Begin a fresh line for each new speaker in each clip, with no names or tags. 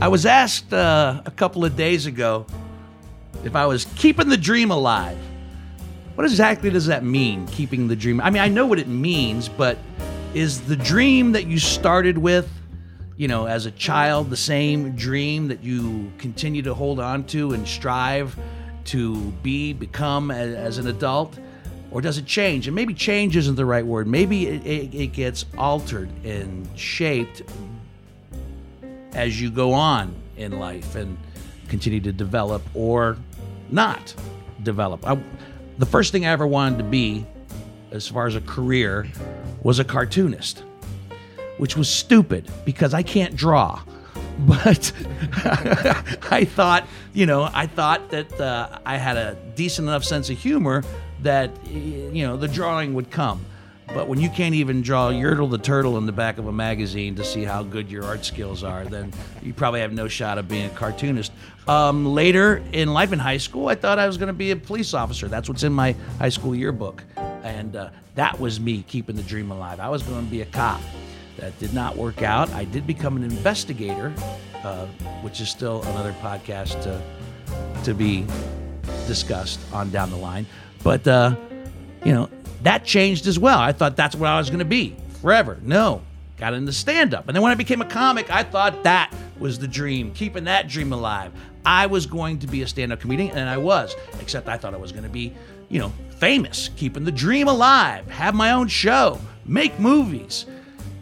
I was asked uh, a couple of days ago if I was keeping the dream alive. What exactly does that mean, keeping the dream? I mean, I know what it means, but is the dream that you started with, you know, as a child, the same dream that you continue to hold on to and strive to be, become a- as, an adult? Or does it change? And maybe change isn't the right word. Maybe it, it, it gets altered and shaped as you go on in life and continue to develop or not develop. I, the first thing I ever wanted to be, as far as a career, was a cartoonist, which was stupid because I can't draw. But I thought, you know, I thought that uh, I had a decent enough sense of humor that, y- you know, the drawing would come. But when you can't even draw Yertle the Turtle in the back of a magazine to see how good your art skills are, then you probably have no shot of being a cartoonist. Um, later in life in high school, I thought I was going to be a police officer. That's what's in my high school yearbook. And uh, that was me keeping the dream alive. I was going to be a cop. That did not work out. I did become an investigator, uh, which is still another podcast to, to be discussed on down the line. But uh, you know, that changed as well. I thought that's what I was going to be forever. No, got into stand up. And then when I became a comic, I thought that was the dream, keeping that dream alive. I was going to be a stand up comedian, and I was, except I thought I was going to be, you know, famous, keeping the dream alive, have my own show, make movies.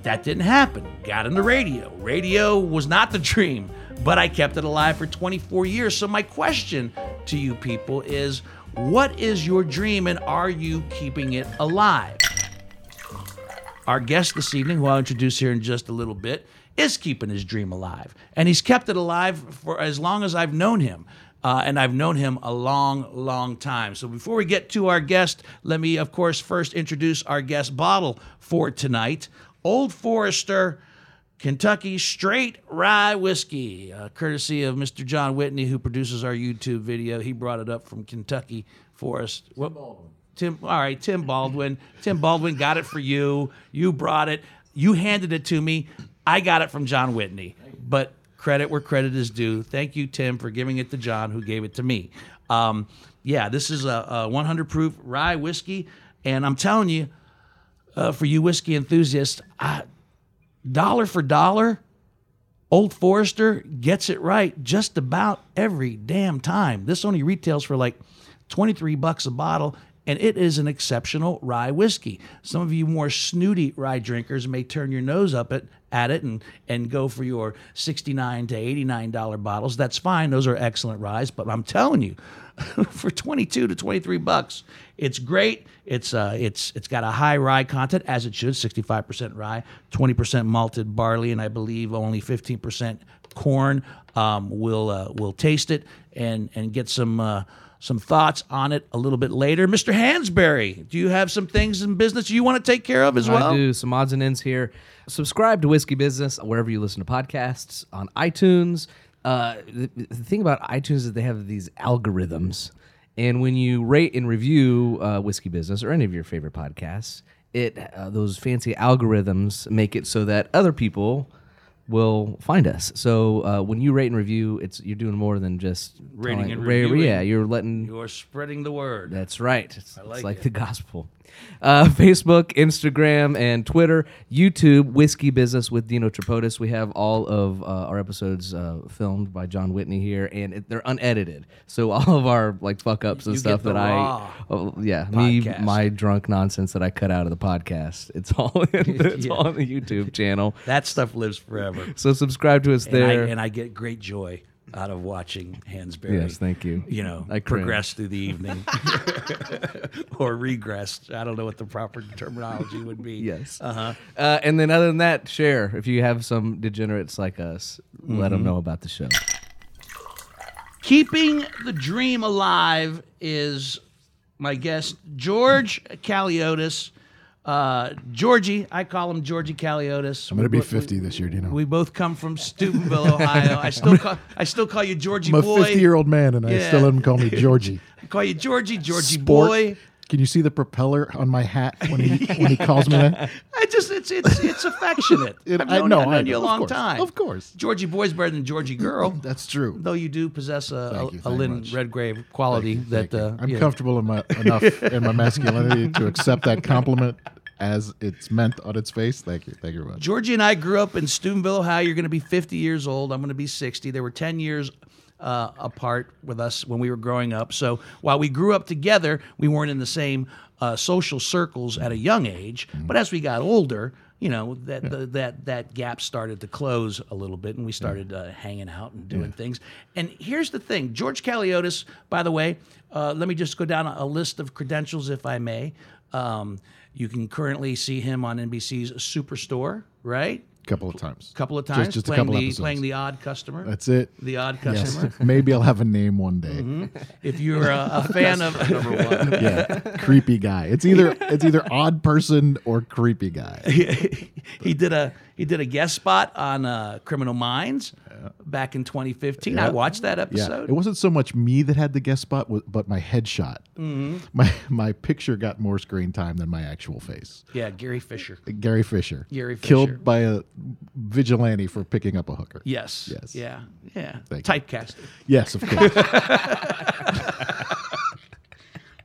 That didn't happen. Got into radio. Radio was not the dream, but I kept it alive for 24 years. So, my question to you people is what is your dream and are you keeping it alive? Our guest this evening, who I'll introduce here in just a little bit, is keeping his dream alive. And he's kept it alive for as long as I've known him. Uh, and I've known him a long, long time. So before we get to our guest, let me, of course, first introduce our guest bottle for tonight Old Forester. Kentucky Straight Rye Whiskey, uh, courtesy of Mr. John Whitney, who produces our YouTube video. He brought it up from Kentucky for us. Tim Baldwin. Tim, all right, Tim Baldwin. Tim Baldwin got it for you. You brought it. You handed it to me. I got it from John Whitney. But credit where credit is due. Thank you, Tim, for giving it to John, who gave it to me. Um, yeah, this is a, a 100 proof rye whiskey. And I'm telling you, uh, for you whiskey enthusiasts, I, dollar for dollar, Old Forester gets it right just about every damn time. This only retails for like 23 bucks a bottle, and it is an exceptional rye whiskey. Some of you more snooty rye drinkers may turn your nose up at, at it and, and go for your 69 to $89 bottles. That's fine. Those are excellent ryes, but I'm telling you, for 22 to 23 bucks, it's great. It's uh, it's it's got a high rye content as it should, 65% rye, 20% malted barley, and I believe only 15% corn. Um, we'll uh, we'll taste it and and get some uh, some thoughts on it a little bit later. Mr. Hansberry, do you have some things in business you want to take care of as well?
I do some odds and ends here. Subscribe to Whiskey Business wherever you listen to podcasts on iTunes. Uh, the, the thing about iTunes is they have these algorithms, and when you rate and review uh, Whiskey Business or any of your favorite podcasts, it uh, those fancy algorithms make it so that other people will find us. So uh, when you rate and review, it's you're doing more than just
Rating
telling-
and
ra-
reviewing.
Yeah, you're letting
You're spreading the word.
that's right. It's it's like,
like it.
the gospel. Uh, Facebook, Instagram, and Twitter, YouTube, Whiskey Business with Dino Tripodis. We have all of uh, our episodes uh, filmed by John Whitney here, and it, they're unedited. So all of our like fuck ups and
You get
stuff
the
that
raw
I, oh, yeah,
podcast.
me, my drunk nonsense that I cut out of the podcast. It's all in the, it's
Yeah.
all on the YouTube channel.
That stuff lives forever.
So subscribe to us
and I,
there.
and I get great joy out of watching Hansberry.
Yes, thank you.
You know,
I cringe.
progress through the evening or regress. I don't know what the proper terminology would be.
Yes. Uh-huh. and then other than that, share if you have some degenerates like us. let 'em Let
Mm-hmm.
them know about the show.
Keeping the dream alive is my guest, George Caliotis. Uh, Georgie, I call him Georgie Caliotis.
I'm gonna be 50 this year, do you know?
We both come from Steubenville, Ohio. I still call I still call you Georgie
I'm a
boy.
50 year old man, and I
Yeah.
still let him call me Georgie.
I call you Georgie, Georgie
Sport.
boy.
Can you see the propeller on my hat when he, when he calls me that?
I just it's it's it's affectionate.
It-
I've
I
known,
know,
I've
I
known you
know,
a
of
long
course,
time.
of course.
Georgie boy's better than Georgie girl.
Oh, That's true.
Though you do possess a, a,
Thank you
a
very
Lynn
much.
Redgrave quality that uh,
I'm
yeah.
comfortable in my, enough in my masculinity to accept that compliment as it's meant on its face. Thank you. Thank you very much.
Georgie and I grew up in Steubenville, Ohio. You're going to be 50 years old. I'm going to be 60. They were 10 years uh, apart with us when we were growing up. So while we grew up together, we weren't in the same uh, social circles at a young age. But as we got older, you know that the, that that gap started to close a little bit, and we started uh, hanging out and doing things. And here's the thing, George Kaliotis. By the way, uh, let me just go down a, a list of credentials, if I may. Um, you can currently see him on NBC's Superstore, right?
A couple of times.
A couple of times,
Just, just
playing
a couple
the
episodes.
playing the odd customer.
That's it.
the Mm-hmm. odd
Yes.
customer.
Maybe I'll have a name one day.
If you're a, a fan of number one,
Yeah. creepy guy. It's either it's either odd person or creepy guy.
he did a he did a guest spot on uh, Criminal Minds back in 2015. I
Yeah.
watched that
Yeah.
episode.
It wasn't so much me that had the guest spot, wa- but my headshot.
Mm-hmm.
My my picture got more screen time than my actual face.
yeah, Gary Fisher.
Gary Fisher.
Gary Fisher.
Killed by a vigilante for picking up a hooker.
Yes.
Yes.
Yeah. Yeah.
Thank you.
Typecast.
Yes, of course.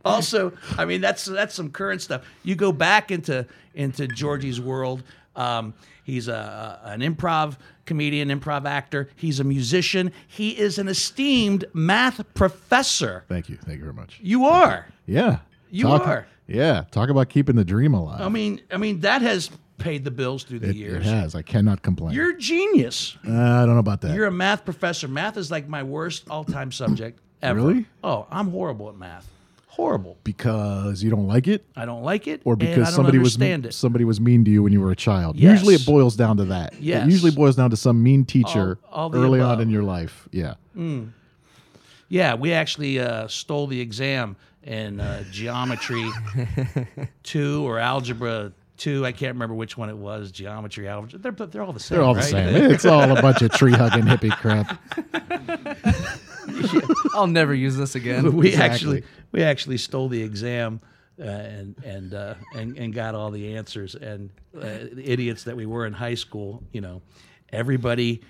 also, I mean that's that's some current stuff. You go back into into Georgie's world. Um, he's a, a- an improv comedian, improv actor. He's a musician. He is an esteemed math professor.
Thank you. Thank you very much.
You are.
Yeah.
You
Talk-
are.
Yeah. Talk about keeping the dream alive.
I mean, I mean that has paid the bills through the
it, it
years.
has. I cannot complain.
You're a genius.
uh, I don't know about that.
You're a math professor. Math is like my worst all-time subject ever.
Really?
Oh, I'm horrible at math. Horrible.
because you don't like it
I don't like it.
or
and
because
I don't
somebody was
understand it.
somebody was mean to you when you were a child. Usually
Yes.
it boils down to that.
Yes.
It usually boils down to some mean teacher
all the
early
above.
on in your life. Yeah.
Yeah, we actually uh, stole the exam in uh, geometry two or algebra two. I can't remember which one it was. Geometry, algebra. They're but they're all the same.
They're all the
right?
same. It's all a bunch of tree hugging hippie crap.
I'll never use this again.
We
Exactly.
actually we actually stole the exam. Uh, and and, uh, and and got all the answers and uh, the idiots that we were in high school, you know, everybody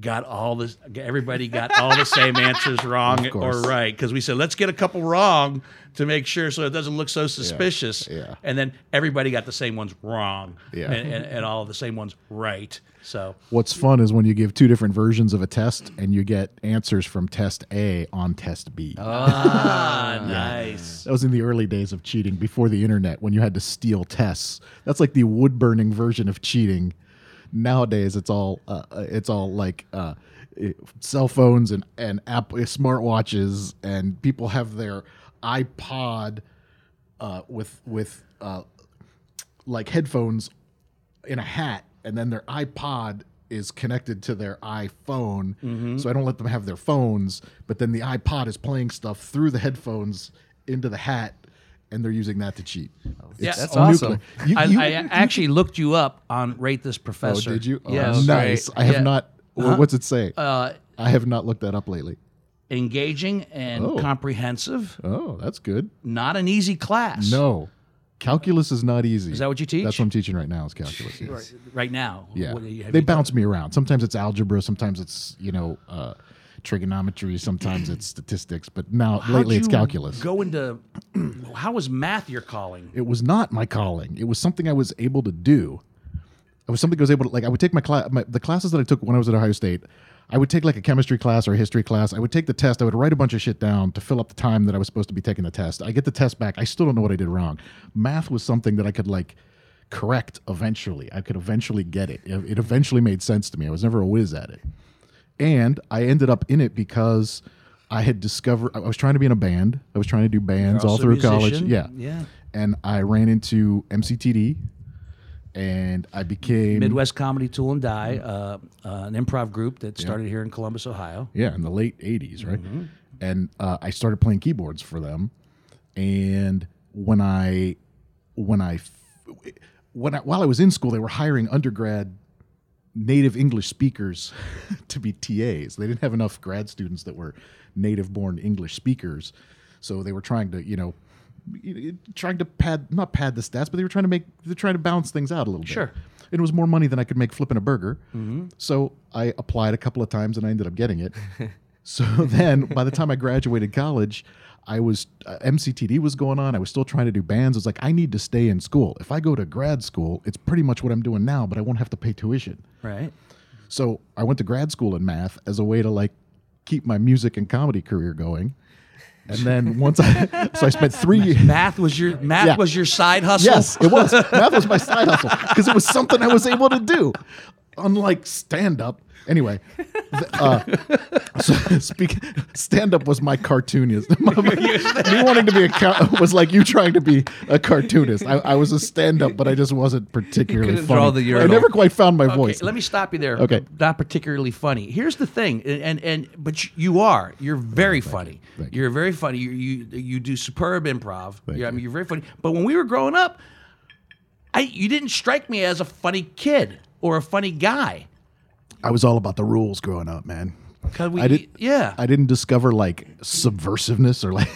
got all this. Everybody got all the same answers wrong
Of
or
course.
right because we said let's get a couple wrong to make sure so it doesn't look so suspicious.
yeah.
And then everybody got the same ones wrong.
Yeah.
And, and, and all the same ones right. So
What's fun is when you give two different versions of a test and you get answers from test A on test B.
ah, nice.
That was in the early days of cheating before the internet when you had to steal tests. That's like the wood burning version of cheating. Nowadays, it's all uh, uh, it's all like uh, eh, cell phones and and app, eh, smartwatches, and people have their iPod uh, with with uh, like headphones in a hat, and then their iPod is connected to their iPhone.
Mm-hmm.
So I don't let them have their phones, but then the iPod is playing stuff through the headphones into the hat, and they're using that to cheat.
Yeah,
That's
nuclear.
awesome.
You-
I,
you-
I actually looked you up on Rate This
oh,
Professor.
did you? Oh,
Yeah.
nice. I have
Yeah.
not. wha- What's it say?
Uh,
I have not looked that up lately.
engaging and
Oh.
comprehensive.
Oh, that's good.
Not an easy class.
No, calculus is not easy. Is
that what you teach?
That's what I'm teaching right now. Is calculus? yes.
Right now.
Yeah,
What do you- have
they
you-
bounce me around. Sometimes it's algebra. Sometimes it's you know uh, trigonometry. Sometimes it's statistics. But now
how'd
lately it's
you
calculus.
Go into how was math your calling?
it was not my calling. It was something I was able to do. It was something I was able to like. I would take my class, my, the classes that I took when I was at Ohio State. I would take like a chemistry class or a history class. I would take the test. I would write a bunch of shit down to fill up the time that I was supposed to be taking the test. I get the test back. I still don't know what I did wrong. Math was something that I could like correct eventually. I could eventually get it. It it eventually made sense to me. I was never a whiz at it and I ended up in it because I had discovered I was trying to be in a band. I was trying to do bands all
also a
through college.
musician.
Yeah,
Yeah.
And I ran into MCTD, and I became
Midwest Comedy Tool and Die, uh,
Mm-hmm.
uh, an improv group that started here in Columbus, Ohio.
yeah in the late '80s, right? And uh, I started playing keyboards for them. And when I when I f- when I, while I was in school, they were hiring undergrad native English speakers to be TAs. They didn't have enough grad students that were native born English speakers. So they were trying to, you know, you know, trying to pad not pad the stats, but they were trying to make they're trying to balance things out a little
Sure.
bit. It was more money than I could make flipping a burger. So I applied a couple of times and I ended up getting it. so then by the time I graduated college, I was uh, MCTD was going on. I was still trying to do bands. I was like, I need to stay in school. If I go to grad school, it's pretty much what I'm doing now, but I won't have to pay tuition.
Right.
So I went to grad school in math as a way to like keep my music and comedy career going. And then once I, so I spent three years.
Math was your math
Yeah.
was your side hustle.
Yes, it was. Math was my side hustle because it was something I was able to do, unlike stand up. Anyway, th- uh, so speak, stand up was my cartoonist. My- my- me wanting to be a ca- was like you trying to be a cartoonist. I, I was a stand up, but I just wasn't particularly
couldn't
funny.
draw the
I
urinal.
never quite found my
Okay,
voice.
let me stop you there.
Okay.
Not particularly funny. Here's the thing, and and but you- you are. You're very funny. You.
Oh, Thank
are very funny. You you you do superb improv.
Thank
yeah, I
you.
mean you're very funny. But when we were growing up, I you didn't strike me as a funny kid or a funny guy.
I was all about the rules growing up, man.
'Cause we-
I did-
yeah.
I didn't discover like subversiveness or like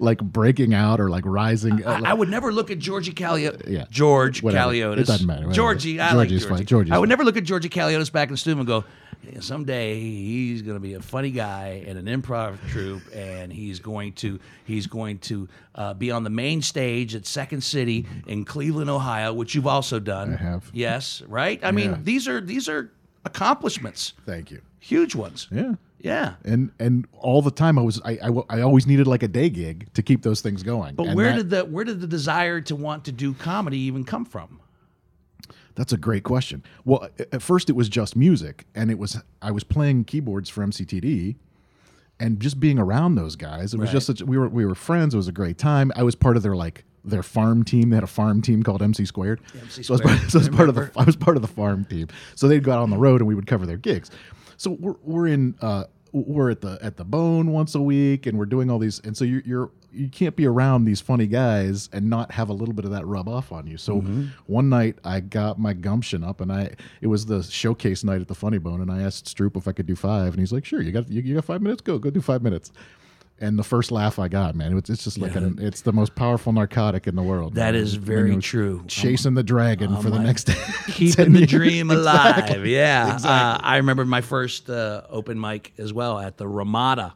like breaking out or like rising. uh,
I- I would never look at Georgie Calio-
Yeah.
George
Whatever.
Caliotis.
It doesn't matter, whatever.
Georgie, I like
Georgie's
Georgie.
fine. Georgie's
I would
fine.
never look at Georgie Caliotis back in the studio and go, "Yeah, someday he's going to be a funny guy in an improv troupe, and he's going to he's going to uh, be on the main stage at Second City in Cleveland, Ohio, which you've also done.
I have.
Yes, right. I
Yeah.
mean, these are these are accomplishments,
thank you.
huge ones.
Yeah.
Yeah.
and and all the time I was I, I, w- I always needed like a day gig to keep those things going.
But
And
where
that-
did the where did the desire to want to do comedy even come from?
that's a great question. Well, a- at first it was just music, and it was I was playing keyboards for MCTD, and just being around those guys, it was just such we were we were friends. It was a great time. I was part of their like their farm team. They had a farm team called MC Squared.
MC
so I was part,
Squared.
so I was part of the I was part of the farm team. So they'd go out on the road and we would cover their gigs. So we're we're in uh we're at the at the bone once a week and we're doing all these and so you're you're you can't be around these funny guys and not have a little bit of that rub off on you. So
Mm-hmm.
one night I got my gumption up and I it was the showcase night at the Funny Bone and I asked Stroop if I could do five and he's like sure you got you, you got five minutes go go do five minutes. And the first laugh I got, man, it's, it's just like an, it's the most powerful narcotic in the world.
That
man.
is
And
very
it was
true.
Chasing the dragon for the next
Oh keeping
10
the
years.
dream alive. Yeah,
Exactly.
Uh, I remember my first uh, open mic as well at the Ramada.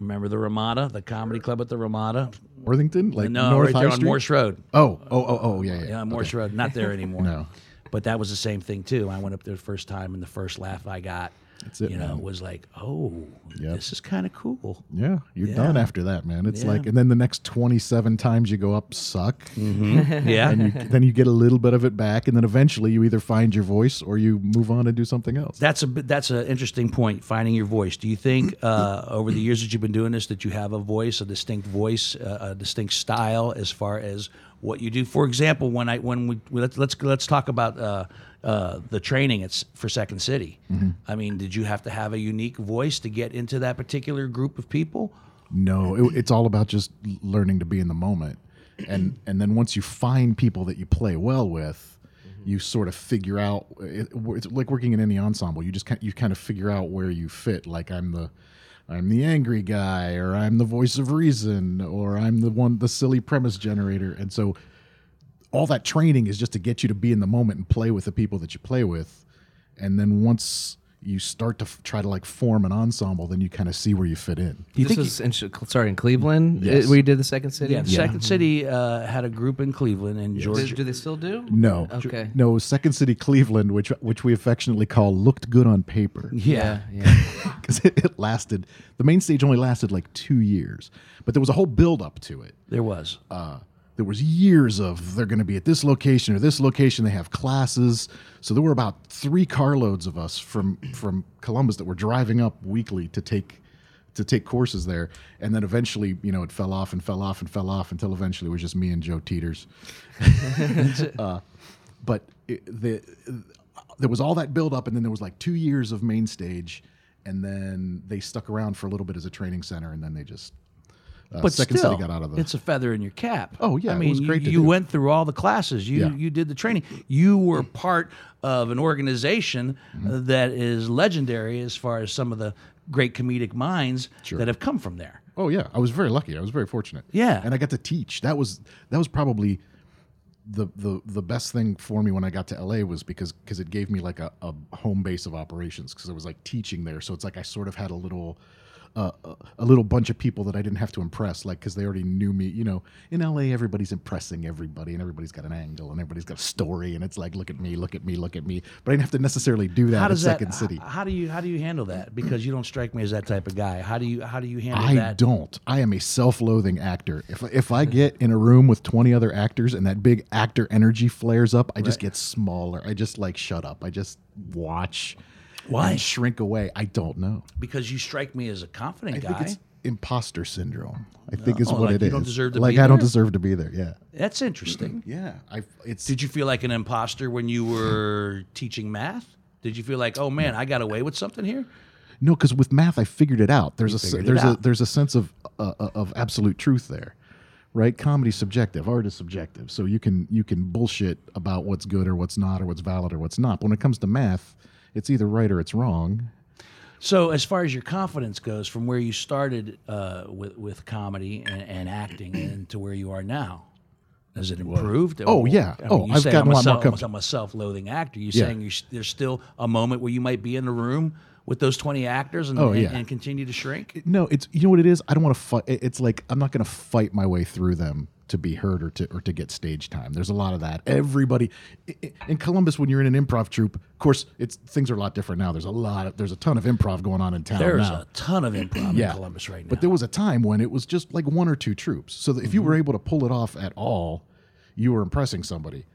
Remember the Ramada, the comedy club at the Ramada?
Worthington, like
No,
North
right
High
there on
Street.
Morse Road.
oh, oh, oh, oh, yeah, yeah.
Yeah, on Morse Road, not there anymore.
No.
But that was the same thing too. I went up there the first time, and the first laugh I got,
That's it,
you know,
man.
was like, "Oh,
Yep.
this is kind of cool."
Yeah, you're
Yeah.
done after that, man. It's
Yeah.
like, and then the next 27 times you go up suck,
Mm-hmm. yeah,
and you, then you get a little bit of it back, and then eventually you either find your voice or you move on and do something else.
That's a bit- that's an interesting point. Finding your voice. Do you think uh, over the years that you've been doing this that you have a voice, a distinct voice, uh, a distinct style as far as what you do? For example, when I when we let's let's let's talk about uh, uh, the training it's for Second City. I mean, did you have to have a unique voice to get into that particular group of people?
No, it, it's all about just learning to be in the moment, and and then once you find people that you play well with, you sort of figure out. It, it's like working in any ensemble. You just kind you kind of figure out where you fit. Like I'm the. I'm the angry guy, or I'm the voice of reason, or I'm the one, the silly premise generator. And so all that training is just to get you to be in the moment and play with the people that you play with and then once you start to f- try to like form an ensemble then you kind of see where you fit in
this was in, Chi- sorry in Cleveland.
Yes.
uh, we did the second city.
Yeah, Second City uh, had a group in Cleveland and
Do,
Georgia.
do they still do?
no
Okay.
no second city cleveland which which we affectionately call looked good on paper
Yeah.
yeah. yeah.
because it, it lasted the main stage only lasted like two years but there was a whole build up to it
there was.
uh, there was years of they're going to be at this location or this location. They have classes, so there were about three carloads of us from from Columbus that were driving up weekly to take to take courses there. And then eventually, you know, it fell off and fell off and fell off until eventually it was just me and Joe Teeters. Uh, but it, the there was all that build up, and then there was like two years of main stage, and then they stuck around for a little bit as a training center, and then they just uh,
but
second
still,
city got out of the
It's a feather in your cap.
Oh, yeah,
I
it
mean,
was great
you,
to
you
do.
went through all the classes. You
Yeah.
you did the training. You were part of an organization
Mm-hmm.
uh, that is legendary as far as some of the great comedic minds that have come from there.
Oh yeah, I was very lucky. I was very fortunate.
Yeah.
and I got to teach. That was that was probably the the the best thing for me when I got to LA was because because it gave me like a, a home base of operations because I was like teaching there. So it's like I sort of had a little. Uh, a- a little bunch of people that I didn't have to impress, like because they already knew me. You know, in LA, everybody's impressing everybody, and everybody's got an angle, and everybody's got a story, and it's like, look at me, look at me, look at me. But I didn't have to necessarily do that
How
at
does that?
Second City.
h- How do you how do you handle that? Because you don't strike me as that type of guy. How do you how do you handle
I
that?
don't. I am a self-loathing actor. If if I get in a room with 20 other actors and that big actor energy flares up, I just get smaller. I just like shut up. I just watch.
Why?
and shrink away? I don't know.
Because you strike me as a confident
I
guy.
think it's imposter syndrome. I think is
Oh,
what
like
it is.
you don't deserve to
like
be
I don't
there?
deserve to be there. Yeah.
That's interesting.
Yeah. I it's
Did you feel like an imposter when you were teaching math? Did you feel like, oh man, I got away with something here?
No, because with math, I figured it out. There's a se-
figured it
there's a
out.
there's a sense of uh, uh, of absolute truth there, right? Comedy's subjective, art is subjective, so you can you can bullshit about what's good or what's not or what's valid or what's not. But when it comes to math, it's either right or it's wrong.
So, as far as your confidence goes, from where you started uh, with with comedy and, and acting, and to where you are now, has it improved?
Oh, yeah.
I mean,
Oh,
you
I've
say
gotten
I'm
a lot more
self-
comfortable.
I'm a self-loathing actor. You're
Yeah.
saying you s there's still a moment where you might be in the room with those 20 actors and,
Oh,
and,
yeah. Oh,
and continue to shrink.
No, it's you know what it is. I don't want to fight. It's like I'm not going to fight my way through them to be heard or to or to get stage time. There's a lot of that. Everybody i- i- in Columbus when you're in an improv troupe, of course, it's things are a lot different now. There's a lot of there's a ton of improv going on in town
There's
now.
a ton of improv
Yeah.
in Columbus right now. Mm-hmm.
But there was a time when it was just like one or two troops. So that if you were able to pull it off at all, you were impressing somebody.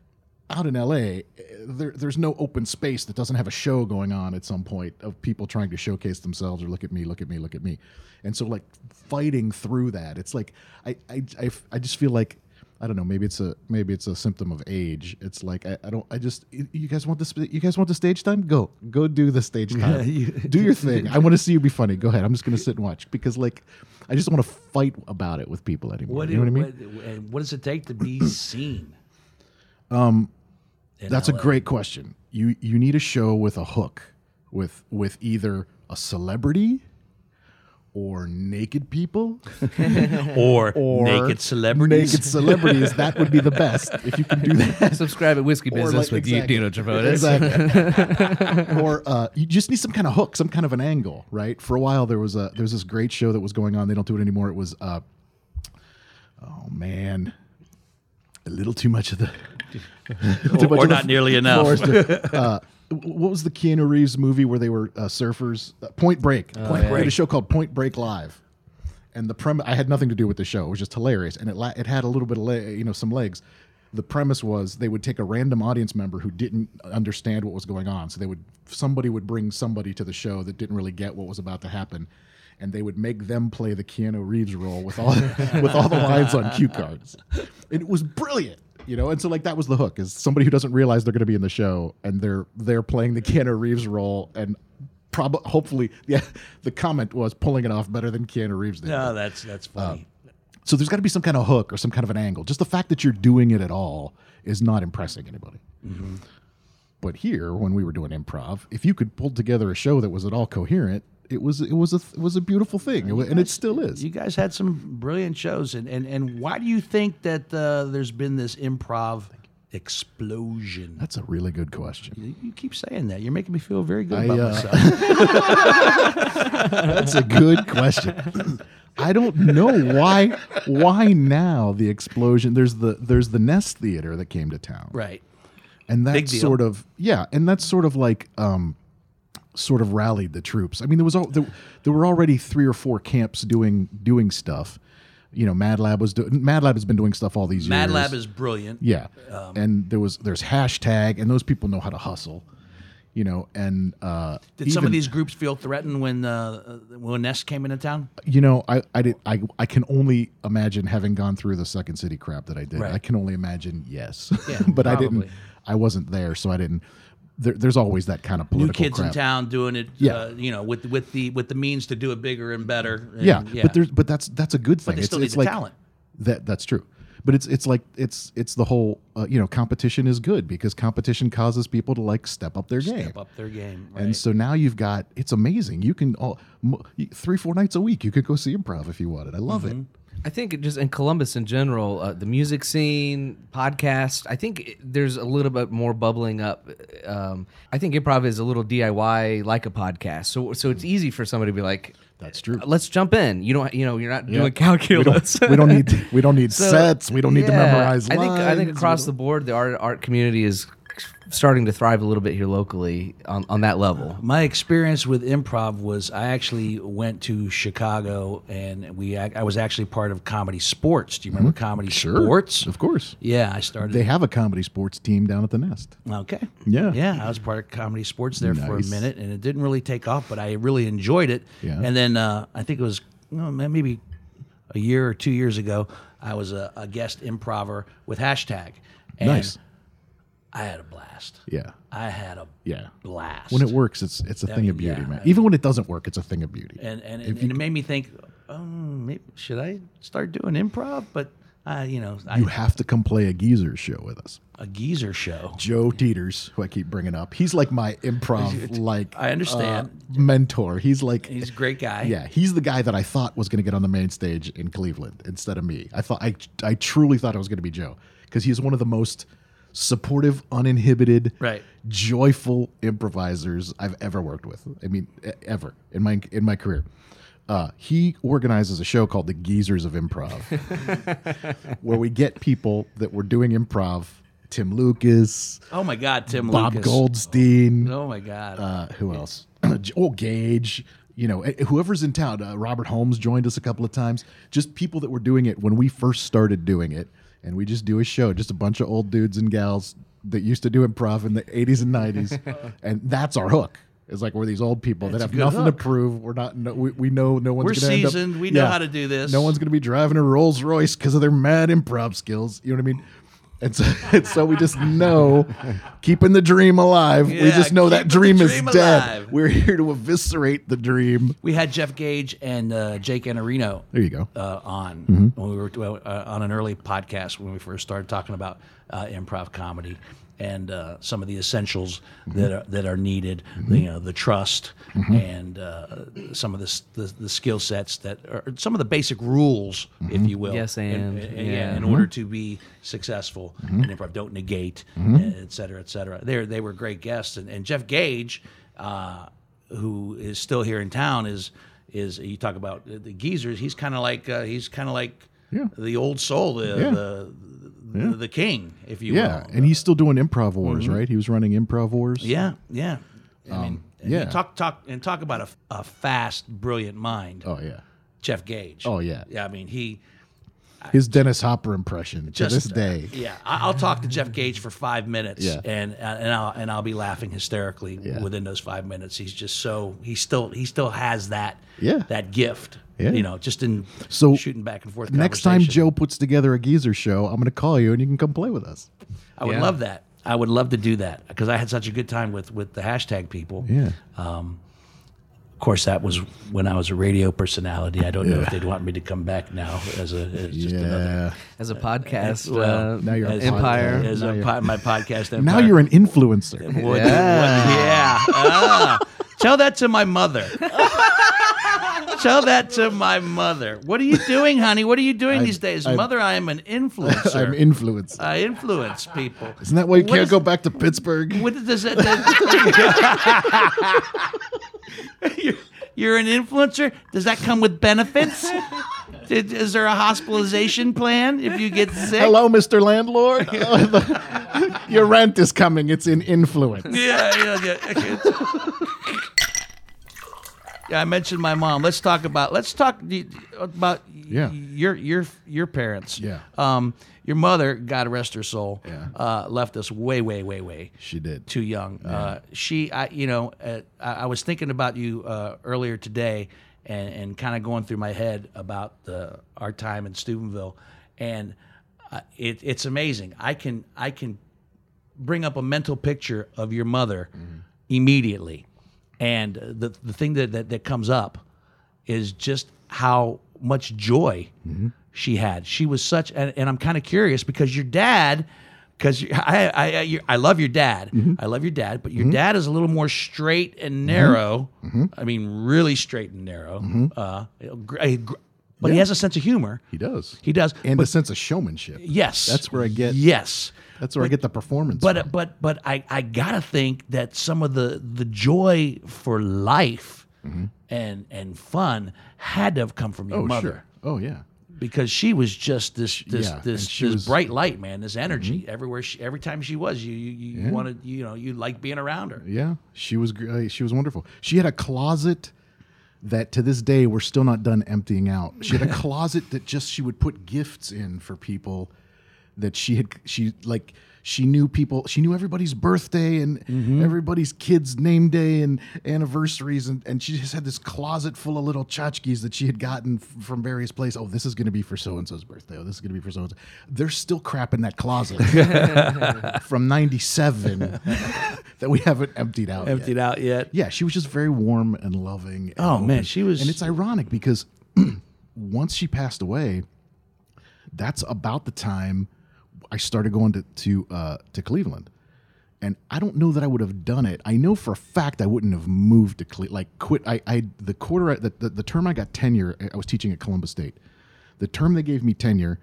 Out in LA, eh, there, there's no open space that doesn't have a show going on at some point of people trying to showcase themselves or look at me, look at me, look at me. And so, like, fighting through that, it's like, I, I, I, f- I just feel like, I don't know. Maybe it's a maybe it's a symptom of age. It's like I, I don't. I just you you guys want this. You guys want the stage time? Go go do the stage time. do your thing. I want to see you be funny. Go ahead. I'm just gonna sit and watch because like I just want to fight about it with people anymore.
what,
you know what I
do-
mean?
what- and what does it take to be seen? Um,
That's a great question. You you need a show with a hook, with with either a celebrity or naked people
or,
or
naked celebrities.
Naked celebrities. that would be the best if you can do that.
Subscribe at Whiskey
Or,
Business
like,
with
exactly.
Dino Travonis.
Exactly. or uh, you just need some kind of hook, some kind of an angle, right? For a while, there was a there was this great show that was going on. They don't do it anymore. It was, uh, oh man, a little too much of the, too
or
much of
not
the
nearly enough.
Forrester. uh, w- what was the Keanu Reeves movie where they were uh, surfers? Uh, Point Break.
Oh,
Point Break. They had a show called Point Break Live. And the premise, I had nothing to do with the show. It was just hilarious, and it la- it had a little bit of le- you know some legs. The premise was they would take a random audience member who didn't understand what was going on, so they would somebody would bring somebody to the show that didn't really get what was about to happen, and they would make them play the Keanu Reeves role with all with all the lines on cue cards, and it was brilliant, you know. And so like that was the hook is somebody who doesn't realize they're going to be in the show and they're they're playing the Keanu Reeves role and. Probably, hopefully, yeah. The comment was pulling it off better than Keanu Reeves did.
No, that's that's
Um,
funny.
So there's got to be some kind of hook or some kind of an angle. Just the fact that you're doing it at all is not impressing anybody. But here, when we were doing improv, if you could pull together a show that was at all coherent, it was it was a it was a beautiful thing, It wa- and it still is.
you guys had some brilliant shows, and and, and why do you think that uh, there's been this improv explosion?
That's a really good question.
You keep saying that. You're making me feel very good
I,
about
uh,
myself.
That's a good question. I don't know why why now the explosion. There's the there's the Nest Theater that came to town,
right.
and
Big
that
deal.
sort of yeah and that's sort of like um sort of rallied the troops i mean there was all there, there were already three or four camps doing doing stuff you know mad lab was doing mad lab has been doing stuff all these
Mad
years
Lab is um, brilliant.
yeah and there was there's hashtag and those people know how to hustle you know and uh
Did some of
even-
these groups feel threatened when uh, when Nest came into town?
you know, I I did I I can only imagine having gone through the second city crap that I did.
Right.
I can only imagine yes,
Yeah,
but I didn't.
probably.
I wasn't there, so I didn't. There, there's always that kind of
New
political
kids
crap.
in town doing it.
Yeah.
Uh, you know, with with the with the means to do it bigger and better. and-
Yeah, but there's but that's that's a good thing.
they still need the talent.
That that's true. But it's it's like it's it's the whole uh, you know competition is good because competition causes people to like step up their game.
Step up their game.
And
right.
so now you've got it's amazing. You can all mo- three four nights a week you could go see improv if you wanted. I love it.
I think it just in Columbus in general, uh, the music scene, podcast. I think it- there's a little bit more bubbling up. Um, I think improv is a little DIY like a podcast, so so it's easy for somebody to be like,
Hmm. That's true.
"Let's jump in." You don't, you know, you're not doing
We
calculus.
don't, we don't need we don't need
So,
sets. We don't need to
yeah,
memorize
I think I think
lines.
across the board, the art art community is starting to thrive a little bit here locally on, on that level.
My experience with improv was I actually went to Chicago and we ac- I was actually part of Comedy Sports. Do you remember Comedy Sports?
Of course.
Yeah, I started.
Mm-hmm. They have a comedy sports team down at the Nest.
okay.
Yeah.
Yeah, I was part of Comedy Sports there for a
Nice.
minute and it didn't really take off, but I really enjoyed it.
Yeah.
And then uh, I think it was no, ma- maybe a year or two years ago, I was a, a guest improver with Hashtag. And
nice.
I had a blast.
Yeah.
I had a
Yeah.
blast.
When it works, it's it's a thing of beauty,
yeah.
man. Even when it doesn't work, it's a thing of beauty.
and and, and, it made me think, um, maybe, should I start doing improv? But I, you know, I,
you have to come play a geezer show with us.
a geezer show.
Joe Teeters, who I keep bringing up, he's like my improv like
I understand.
uh, mentor. He's like
He's a great guy.
yeah, he's the guy that I thought was going to get on the main stage in Cleveland instead of me. I thought I I truly thought it was going to be Joe because he's one of the most supportive, uninhibited,
Right.
joyful improvisers I've ever worked with. I mean, e- ever in my in my career. Uh, he organizes a show called the Geezers of Improv, where we get people that were doing improv. Tim Lucas,
Oh my God, Tim
Bob
Lucas.
Goldstein.
Oh my God.
Uh, who else? oh, Gage. You know, eh, whoever's in town. Uh, Robert Holmes joined us a couple of times. Just people that were doing it when we first started doing it, and we just do a show. Just a bunch of old dudes and gals that used to do improv in the '80s and '90s, and that's our hook. It's like we're these old people that have
good
nothing
hook.
to prove. We're not. No, we, we know no one's.
We're
gonna end up-
seasoned. We know
Yeah.
how to do this.
No one's going to be driving a Rolls Royce because of their mad improv skills. You know what I mean? And so, and so we just know keeping the dream alive. we
Yeah,
just know that
keeping
dream,
the
is
dream alive.
dead. We're here to eviscerate the dream.
we had Jeff Gage and uh, Jake Anarino
There you go.
uh, on when we were uh, on an early podcast when we first started talking about uh, improv comedy and uh, some of the essentials that are that are needed. the, you know, the trust and uh, some of the, s- the the skill sets that are some of the basic rules, if you will.
Yes,
in-
and,
in,
yeah.
yeah, in order
Mm-hmm.
to be successful in improv, don't negate, eh, et cetera, et cetera. They they were great guests, and, and Jeff Gage. Uh, who is still here in town is is you talk about the the geezers. He's kind of like uh, he's kind of like
Yeah.
the old soul, the
Yeah.
the, the, the king, if you
yeah,
will.
and he's still doing improv wars, right? He was running improv wars.
mm-hmm. Yeah, yeah. I mean, and you
Um, yeah.
talk talk and talk about a, a fast, brilliant mind,
Oh yeah.
Jeff Gage.
Oh, yeah.
yeah. I mean, he
His Dennis Hopper impression to this
uh,
day.
yeah, I- I'll talk to Jeff Gage for five minutes,
Yeah.
and and I'll and I'll be laughing hysterically
Yeah.
within those five minutes. He's just so he still he still has that
Yeah.
that gift.
Yeah.
you know, just in
So,
shooting back and forth.
Next time
conversation.
Joe puts together a geezer show, I'm going to call you and you can come play with us.
I would
Yeah.
love that. I would love to do that because I had such a good time with with the hashtag people.
Yeah.
Of course, that was when I was a radio personality. I don't know if they'd want me to come back now as a as just another.
yeah.
As a podcast,
well,
uh,
now you're a
as-
empire.
as
Now
a,
you're-
po- my podcast.
Now
empire.
you're an influencer.
Would- would- yeah. Ah. Tell that to my mother. Tell that to my mother. What are you doing, honey? What are you doing these days?
I'm-
mother, I am an influencer.
I'm influenced.
I influence people.
Isn't that why you
What
can't
is-
go back to Pittsburgh?
What does that? that- you're, you're an influencer. Does that come with benefits? Did, is there a hospitalization plan if you get sick?
Hello, Mr. Landlord. Your rent is coming. It's in influence.
Yeah, yeah, yeah. Okay. yeah. I mentioned my mom. Let's talk about let's talk the- about
Yeah.
your your your parents.
Yeah.
Um, your mother, God rest her soul,
Yeah.
uh, left us way, way, way, way
She did.
too young. Uh, she, I, you know, uh, I, I was thinking about you uh, earlier today, and, and kind of going through my head about the, our time in Steubenville, and uh, it, it's amazing. I can I can bring up a mental picture of your mother immediately, and the the thing that that, that comes up is just how much joy she had. She was such, and, and I'm kind of curious because your dad, because I I, I, you- I love your dad, I love your dad, but your dad is a little more straight and narrow. I mean, really straight and narrow. Uh, gr- a gr- but he has a sense of humor.
He does.
He does.
and a sense of showmanship.
yes,
That's where I get.
yes.
That's where I get the performance.
But but but I I gotta think that some of the the joy for life and and fun had to have come from your
Mm-hmm. oh,
mother
sure. Oh yeah.
because she was just this this
Yeah, and
this,
she
this
was- Mm-hmm.
bright light, man. This energy everywhere. She, every time she was, you you, you wanted you know you liked being around her.
Yeah. She was. gr- Uh, she was wonderful. She had a closet that to this day we're still not done emptying out. She had a closet that just she would put gifts in for people that she had. She like. She knew people. She knew everybody's birthday and everybody's kids' name day and anniversaries, and, and she just had this closet full of little tchotchkes that she had gotten f- from various places. Oh, this is going to be for so and so's birthday. Oh, this is going to be for so and so. There's still crap in that closet. from 97 that we haven't emptied out yet.
Emptied out yet?
Yeah, she was just very warm and loving. and
Oh, man,
open.
she was-
And it's ironic because once she passed away, that's about the time I started going to to uh, to Cleveland. And I don't know that I would have done it. I know for a fact I wouldn't have moved to Cle- like quit. I, I the quarter I, the, the the term I got tenure. I- I was teaching at Columbus State. The term they gave me tenure,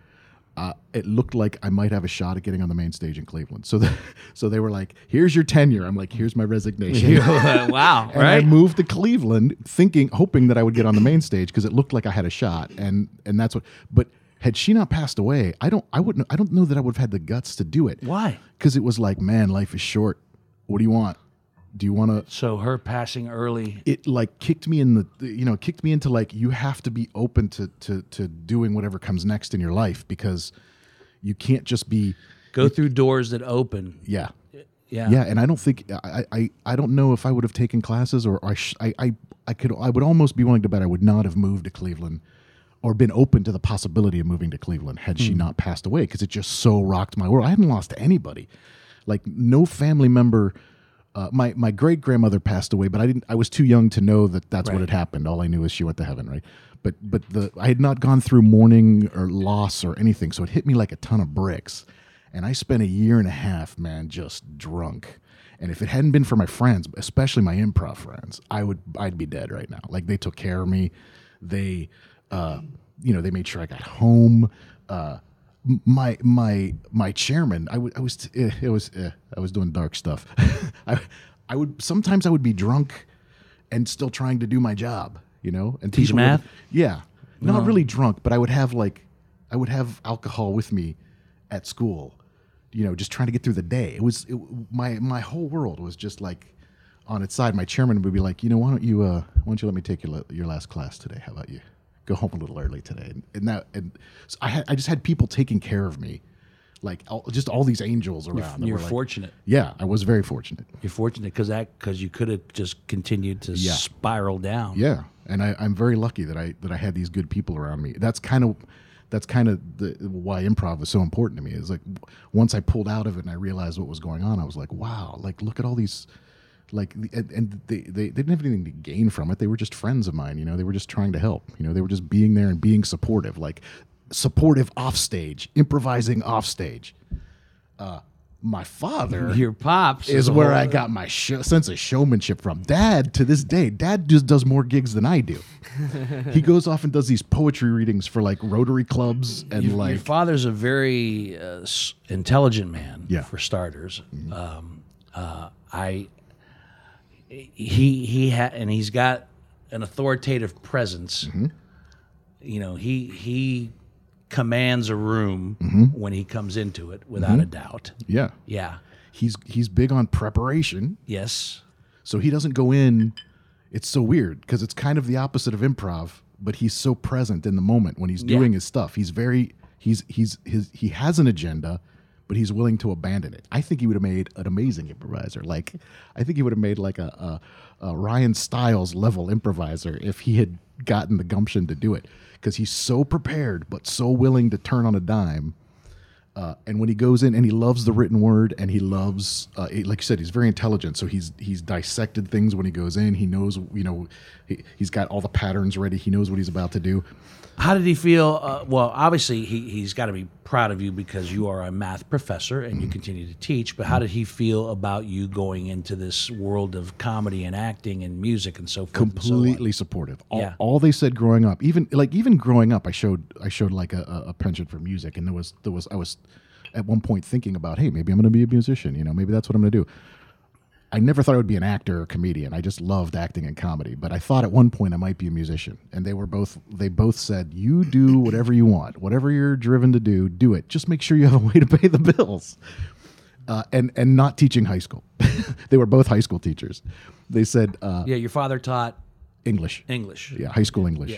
uh, it looked like I might have a shot at getting on the main stage in Cleveland. So the, so they were like, "Here's your tenure." I'm like, "Here's my resignation."
wow,
and I moved to Cleveland, thinking, hoping that I would get on the main stage because it looked like I had a shot, and and that's what. But had she not passed away, I don't, I wouldn't, I don't know that I would have had the guts to do it.
Why?
Because it was like, man, life is short. What do you want? Do you want to?
So her passing early.
It like kicked me in the, you know, kicked me into like you have to be open to to to doing whatever comes next in your life because you can't just be,
Go through doors that open.
yeah.
Yeah.
Yeah, and I don't think I, I, I don't know if I would have taken classes or I, sh- I I I could I would almost be willing to bet I would not have moved to Cleveland or been open to the possibility of moving to Cleveland had she not passed away because it just so rocked my world. I hadn't lost anybody, like no family member. Uh, my my great grandmother passed away, but I didn't. I was too young to know that that's what had happened. All I knew is she went to heaven, right? But but the I had not gone through mourning or loss or anything, so it hit me like a ton of bricks. And I spent a year and a half, man, just drunk. And if it hadn't been for my friends, especially my improv friends, I would I'd be dead right now. Like they took care of me. They uh you know, they made sure I got home. Uh m- my my my chairman, I wa- I was t- eh, it was eh, I was doing dark stuff. I I would sometimes I would be drunk and still trying to do my job, you know? And
Teach
people
math?
would- yeah.
Uh-huh.
Not really drunk, but I would have like I would have alcohol with me at school, you know, just trying to get through the day. It was it, my my whole world was just like on its side. My chairman would be like, you know, why don't you uh, why don't you let me take your la- your last class today? How about you go home a little early today? And, and that and so I had, I just had people taking care of me, like all, just all these angels around. that
You're
were like-
fortunate.
yeah, I was very fortunate.
You're fortunate because that because you could have just continued to spiral down.
Yeah, and I, I'm very lucky that I that I had these good people around me. That's kind of that's kind of the why improv was so important to me. Is like w- once I pulled out of it and I realized what was going on, I was like, wow, like look at all these. Like the- and, and they, they, they didn't have anything to gain from it. They were just friends of mine, you know. They were just trying to help, you know. They were just being there and being supportive, like supportive off stage, improvising off stage. Uh, my father,
Your pops
is where I got my show, sense of showmanship from. Dad, to this day, Dad just does more gigs than I do. he goes off and does these poetry readings for like Rotary clubs and
Your
like
father's a very uh, s- intelligent man,
Yeah. Mm-hmm.
for starters. Um, uh, I he he ha- and he's got an authoritative presence.
Mm-hmm.
You know, he he commands a room
Mm-hmm.
when he comes into it, without a doubt.
yeah.
Yeah.
He's he's big on preparation,
Yes.
so he doesn't go in. It's so weird because it's kind of the opposite of improv, but he's so present in the moment when he's
Yeah.
doing his stuff. He's very he's he's his he has an agenda. But he's willing to abandon it. I think he would have made an amazing improviser. Like, I think he would have made like a, a, a Ryan Stiles level improviser if he had gotten the gumption to do it, because he's so prepared but so willing to turn on a dime Uh, and when he goes in and he loves the written word and he loves, uh, he- like you said, he's very intelligent. So he's he's dissected things when he goes in. He knows, you know, he, he's got all the patterns ready. He knows what he's about to do.
How did he feel? Uh, well, obviously, he, he's got to be proud of you because you are a math professor and you
Mm-hmm.
continue to teach. But how did he feel about you going into this world of comedy and acting and music and so forth? and so on?
completely supportive. All,
Yeah.
all they said growing up, even like even growing up, I showed I showed like a, a- a penchant for music, and there was there was I was at one point thinking about, hey, maybe I'm going to be a musician. You know, maybe that's what I'm going to do. I never thought I would be an actor or comedian. I just loved acting and comedy, but I thought at one point I might be a musician. And they were both they both said, "You do whatever you want. Whatever you're driven to do, do it. Just make sure you have a way to pay the bills." Uh, and and not teaching high school. they were both high school teachers. They said uh,
Yeah, your father taught
English.
English.
Yeah, high school English.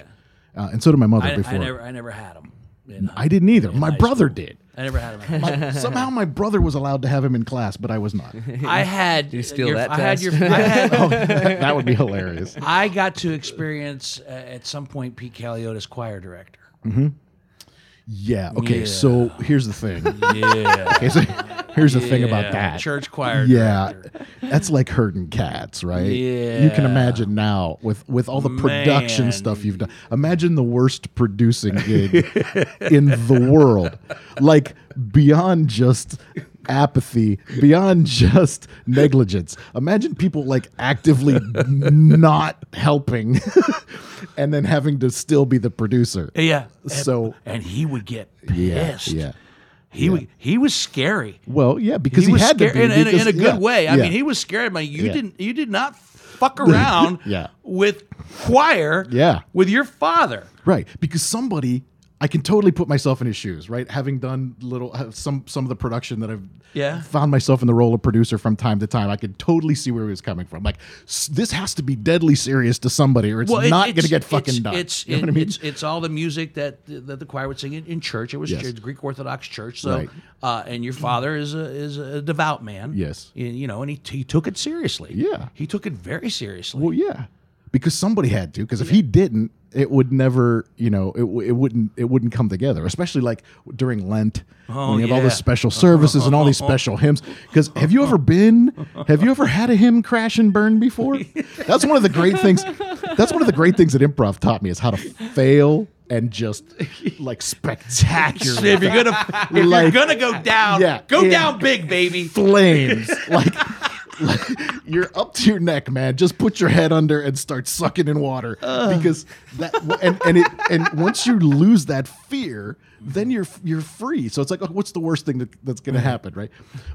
Uh, and so did my mother
I,
before.
I never, I never had him. in high-
I didn't either.
in
my
high
brother
school.
did.
I never had him. in high school.
Somehow my brother was allowed to have him in class, but I was not.
I had. Did
you steal that
I had
test?
your. I had,
oh, that would be hilarious.
I got to experience uh, at some point Pete Caliota's choir director.
Yeah. Okay.
Yeah.
So here's the thing.
Yeah.
Okay, so here's the thing about that.
Church choir.
Yeah,
Director.
that's like herding cats, right? You can
Yeah.
imagine now with with all the production
Man.
stuff you've done. Imagine the worst producing gig in the world, like beyond just apathy, beyond just negligence. Imagine people like actively not helping, and then having to still be the producer.
Yeah.
So-
and, and he would get
Yeah,
pissed.
yeah.
He would, he was scary.
Well, yeah, because
He
he,
was
had
scary
to be
in, in,
because-
in a good
yeah,
way. I
yeah.
mean, he was scared. Like you
Yeah.
didn't you did not fuck around
Yeah.
with choir.
Yeah.
With your father.
Right, because somebody I can totally put myself in his shoes, right? Having done little have some some of the production that I've
Yeah.
found myself in the role of producer from time to time, I could totally see where he was coming from. Like s- this has to be deadly serious to somebody, or it's
it-
not going to
it's-
get fucking
it's,
done.
It's
you know
it-
what I mean?
it's it's all the music that that the choir would sing in, in church. It was
Yes.
church, Greek Orthodox church. So,
Right.
uh, and your father is a is a devout man.
Yes.
you, you know, and he he took it seriously.
Yeah.
he took it very seriously.
well, yeah, because somebody had to. Because if he didn't, it would never, you know, it, w- it wouldn't it wouldn't come together. Especially like during Lent
Oh,
when you have all
yeah.
this special services and all these special hymns. Because have you ever been? Have you ever had a hymn crash and burn before? That's one of the great things. That's one of the great things that improv taught me is how to fail and just like spectacular.
if you're gonna if
Like-
you're gonna go down,
Yeah.
go
Yeah.
down big, baby.
flames. like, like, you're up to your neck, man. Just put your head under and start sucking in water because that and and it and once you lose that fear, then you're you're free. So it's like, oh, what's the worst thing that, that's going to happen, right?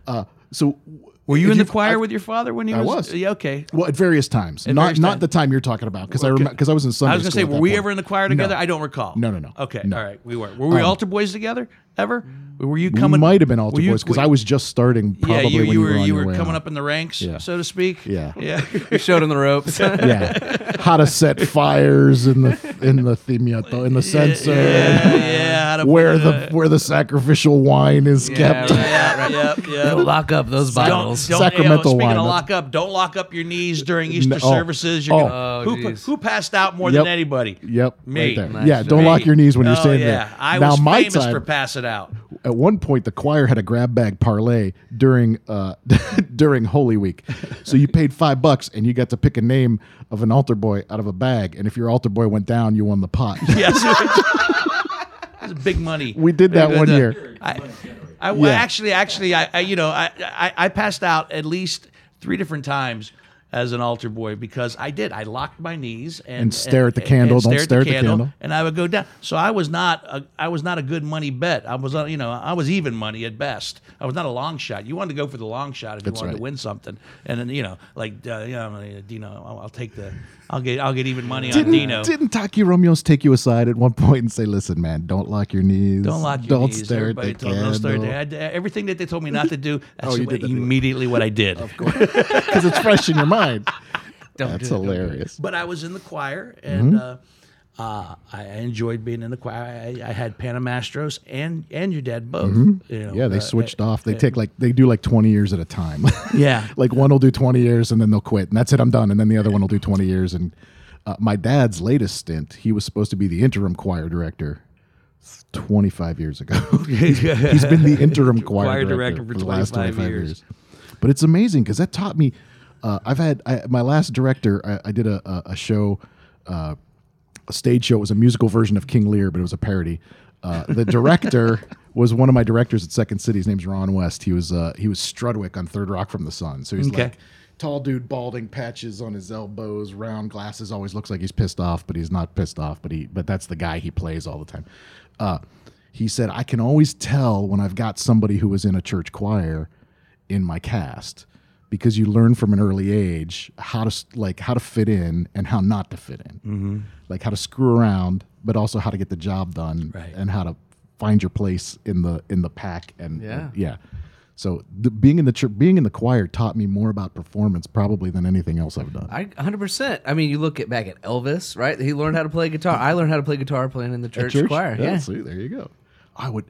Uh, so
Were you in the choir with your father when you
I
was?
was.
Yeah, okay.
Well, at various times, not
various
not
times.
the time you're talking about because I remember because I was in Sunday
I was gonna
school
say,
at
were
that
we
point.
ever in the choir together? I don't recall.
No, no, no.
Okay,
No. Um,
all right, we were. Were we altar boys together ever? Were you
We
coming?
might have been
were
altar
you-
boys because I was just starting. Probably
yeah, you,
when
you were
on
you
your
were
way
coming
out.
up in the ranks,
Yeah.
so to speak.
Yeah.
yeah.
You showed him the ropes.
yeah, how to set fires in the in the thimiato in the sensor.
Yeah, yeah. How to
where
put
the where the sacrificial wine is kept.
Yeah, yeah, yeah.
Go lock up those bottles.
Don't,
Sacramental
you know, speaking
wine.
of lock up, don't lock up your knees during Easter
oh.
services. You're
Oh.
gonna-
Oh,
who,
geez.
who passed out more
Yep.
than anybody?
Yep,
Me.
right there.
Nice.
yeah, don't
Me.
lock your knees when you're
oh,
standing
yeah.
there.
I
now
was
my
famous
time
for passing out.
at one point the choir had a grab bag parlay during uh during Holy Week, so you paid five bucks and you got to pick a name of an altar boy out of a bag, and if your altar boy went down, you won the pot.
Yes. It's big money.
We did that
But,
one
uh,
year.
I, I well,
Yeah.
actually, actually, I, I you know, I, I, I passed out at least three different times as an altar boy because I did. I locked my knees and,
And stare at the candle. Don't stare at the candle.
And I would go down. So I was not, a, I was not a good money bet. I was, uh, you know, I was even money at best. I was not a long shot. You wanted to go for the long shot if you wanted
right.
to win something. And then, you know, like, uh, you know, uh, Dino, I'll, I'll take the, I'll get, I'll get even money on
Didn't,
Uh, Dino.
didn't Taki Romeos take you aside at one point and say, "Listen, man, don't lock your knees.
Don't lock your
Don't
knees.
stare at
Everybody
the
told me don't stare at the-
candle."
I- I- everything that they told me not to do, that's
Oh, you
what-
did that anyway.
immediately what I did.
because it's fresh in your mind. That's
do it, don't do it.
hilarious.
But I was in the choir,
Mm-hmm.
and uh, uh, I I enjoyed being in the choir. I, I had Panamastros and and your dad both. you know,
Mm-hmm. Yeah, they
uh,
switched off. They take like they do like twenty years at a time.
Yeah.
like one will do twenty years and then they'll quit, and that's it. I'm done. And then the other one will do twenty years. And uh, my dad's latest stint, he was supposed to be the interim choir director 25 years ago. He's been the interim choir,
Choir
director,
director
for,
for
the last
25
25 years.
years.
But it's amazing because that taught me. Uh, I've had I, my last director. I, I did a, a, a show, uh, a stage show. It was a musical version of King Lear, but it was a parody. Uh, the director was one of my directors at Second City. His name's Ron West. He was uh, he was Strudwick on Third Rock from the Sun. So he's
Okay.
like tall dude, balding patches on his elbows, round glasses. Always looks like he's pissed off, but he's not pissed off. But he but that's the guy he plays all the time. Uh, he said, I can always tell when I've got somebody who was in a church choir in my cast because you learn from an early age how to s- like how to fit in and how not to fit in like how to screw around but also how to get the job done
Right.
and how to find your place in the in the pack and
Yeah.
and- yeah so the, being in the church being in the choir taught me more about performance probably than anything else i've done
I 100%. I mean, you look at back at Elvis, right? He learned how to play guitar. I learned how to play guitar playing in the church, choir.
Yeah,
Yeah.
see, there you go. I would.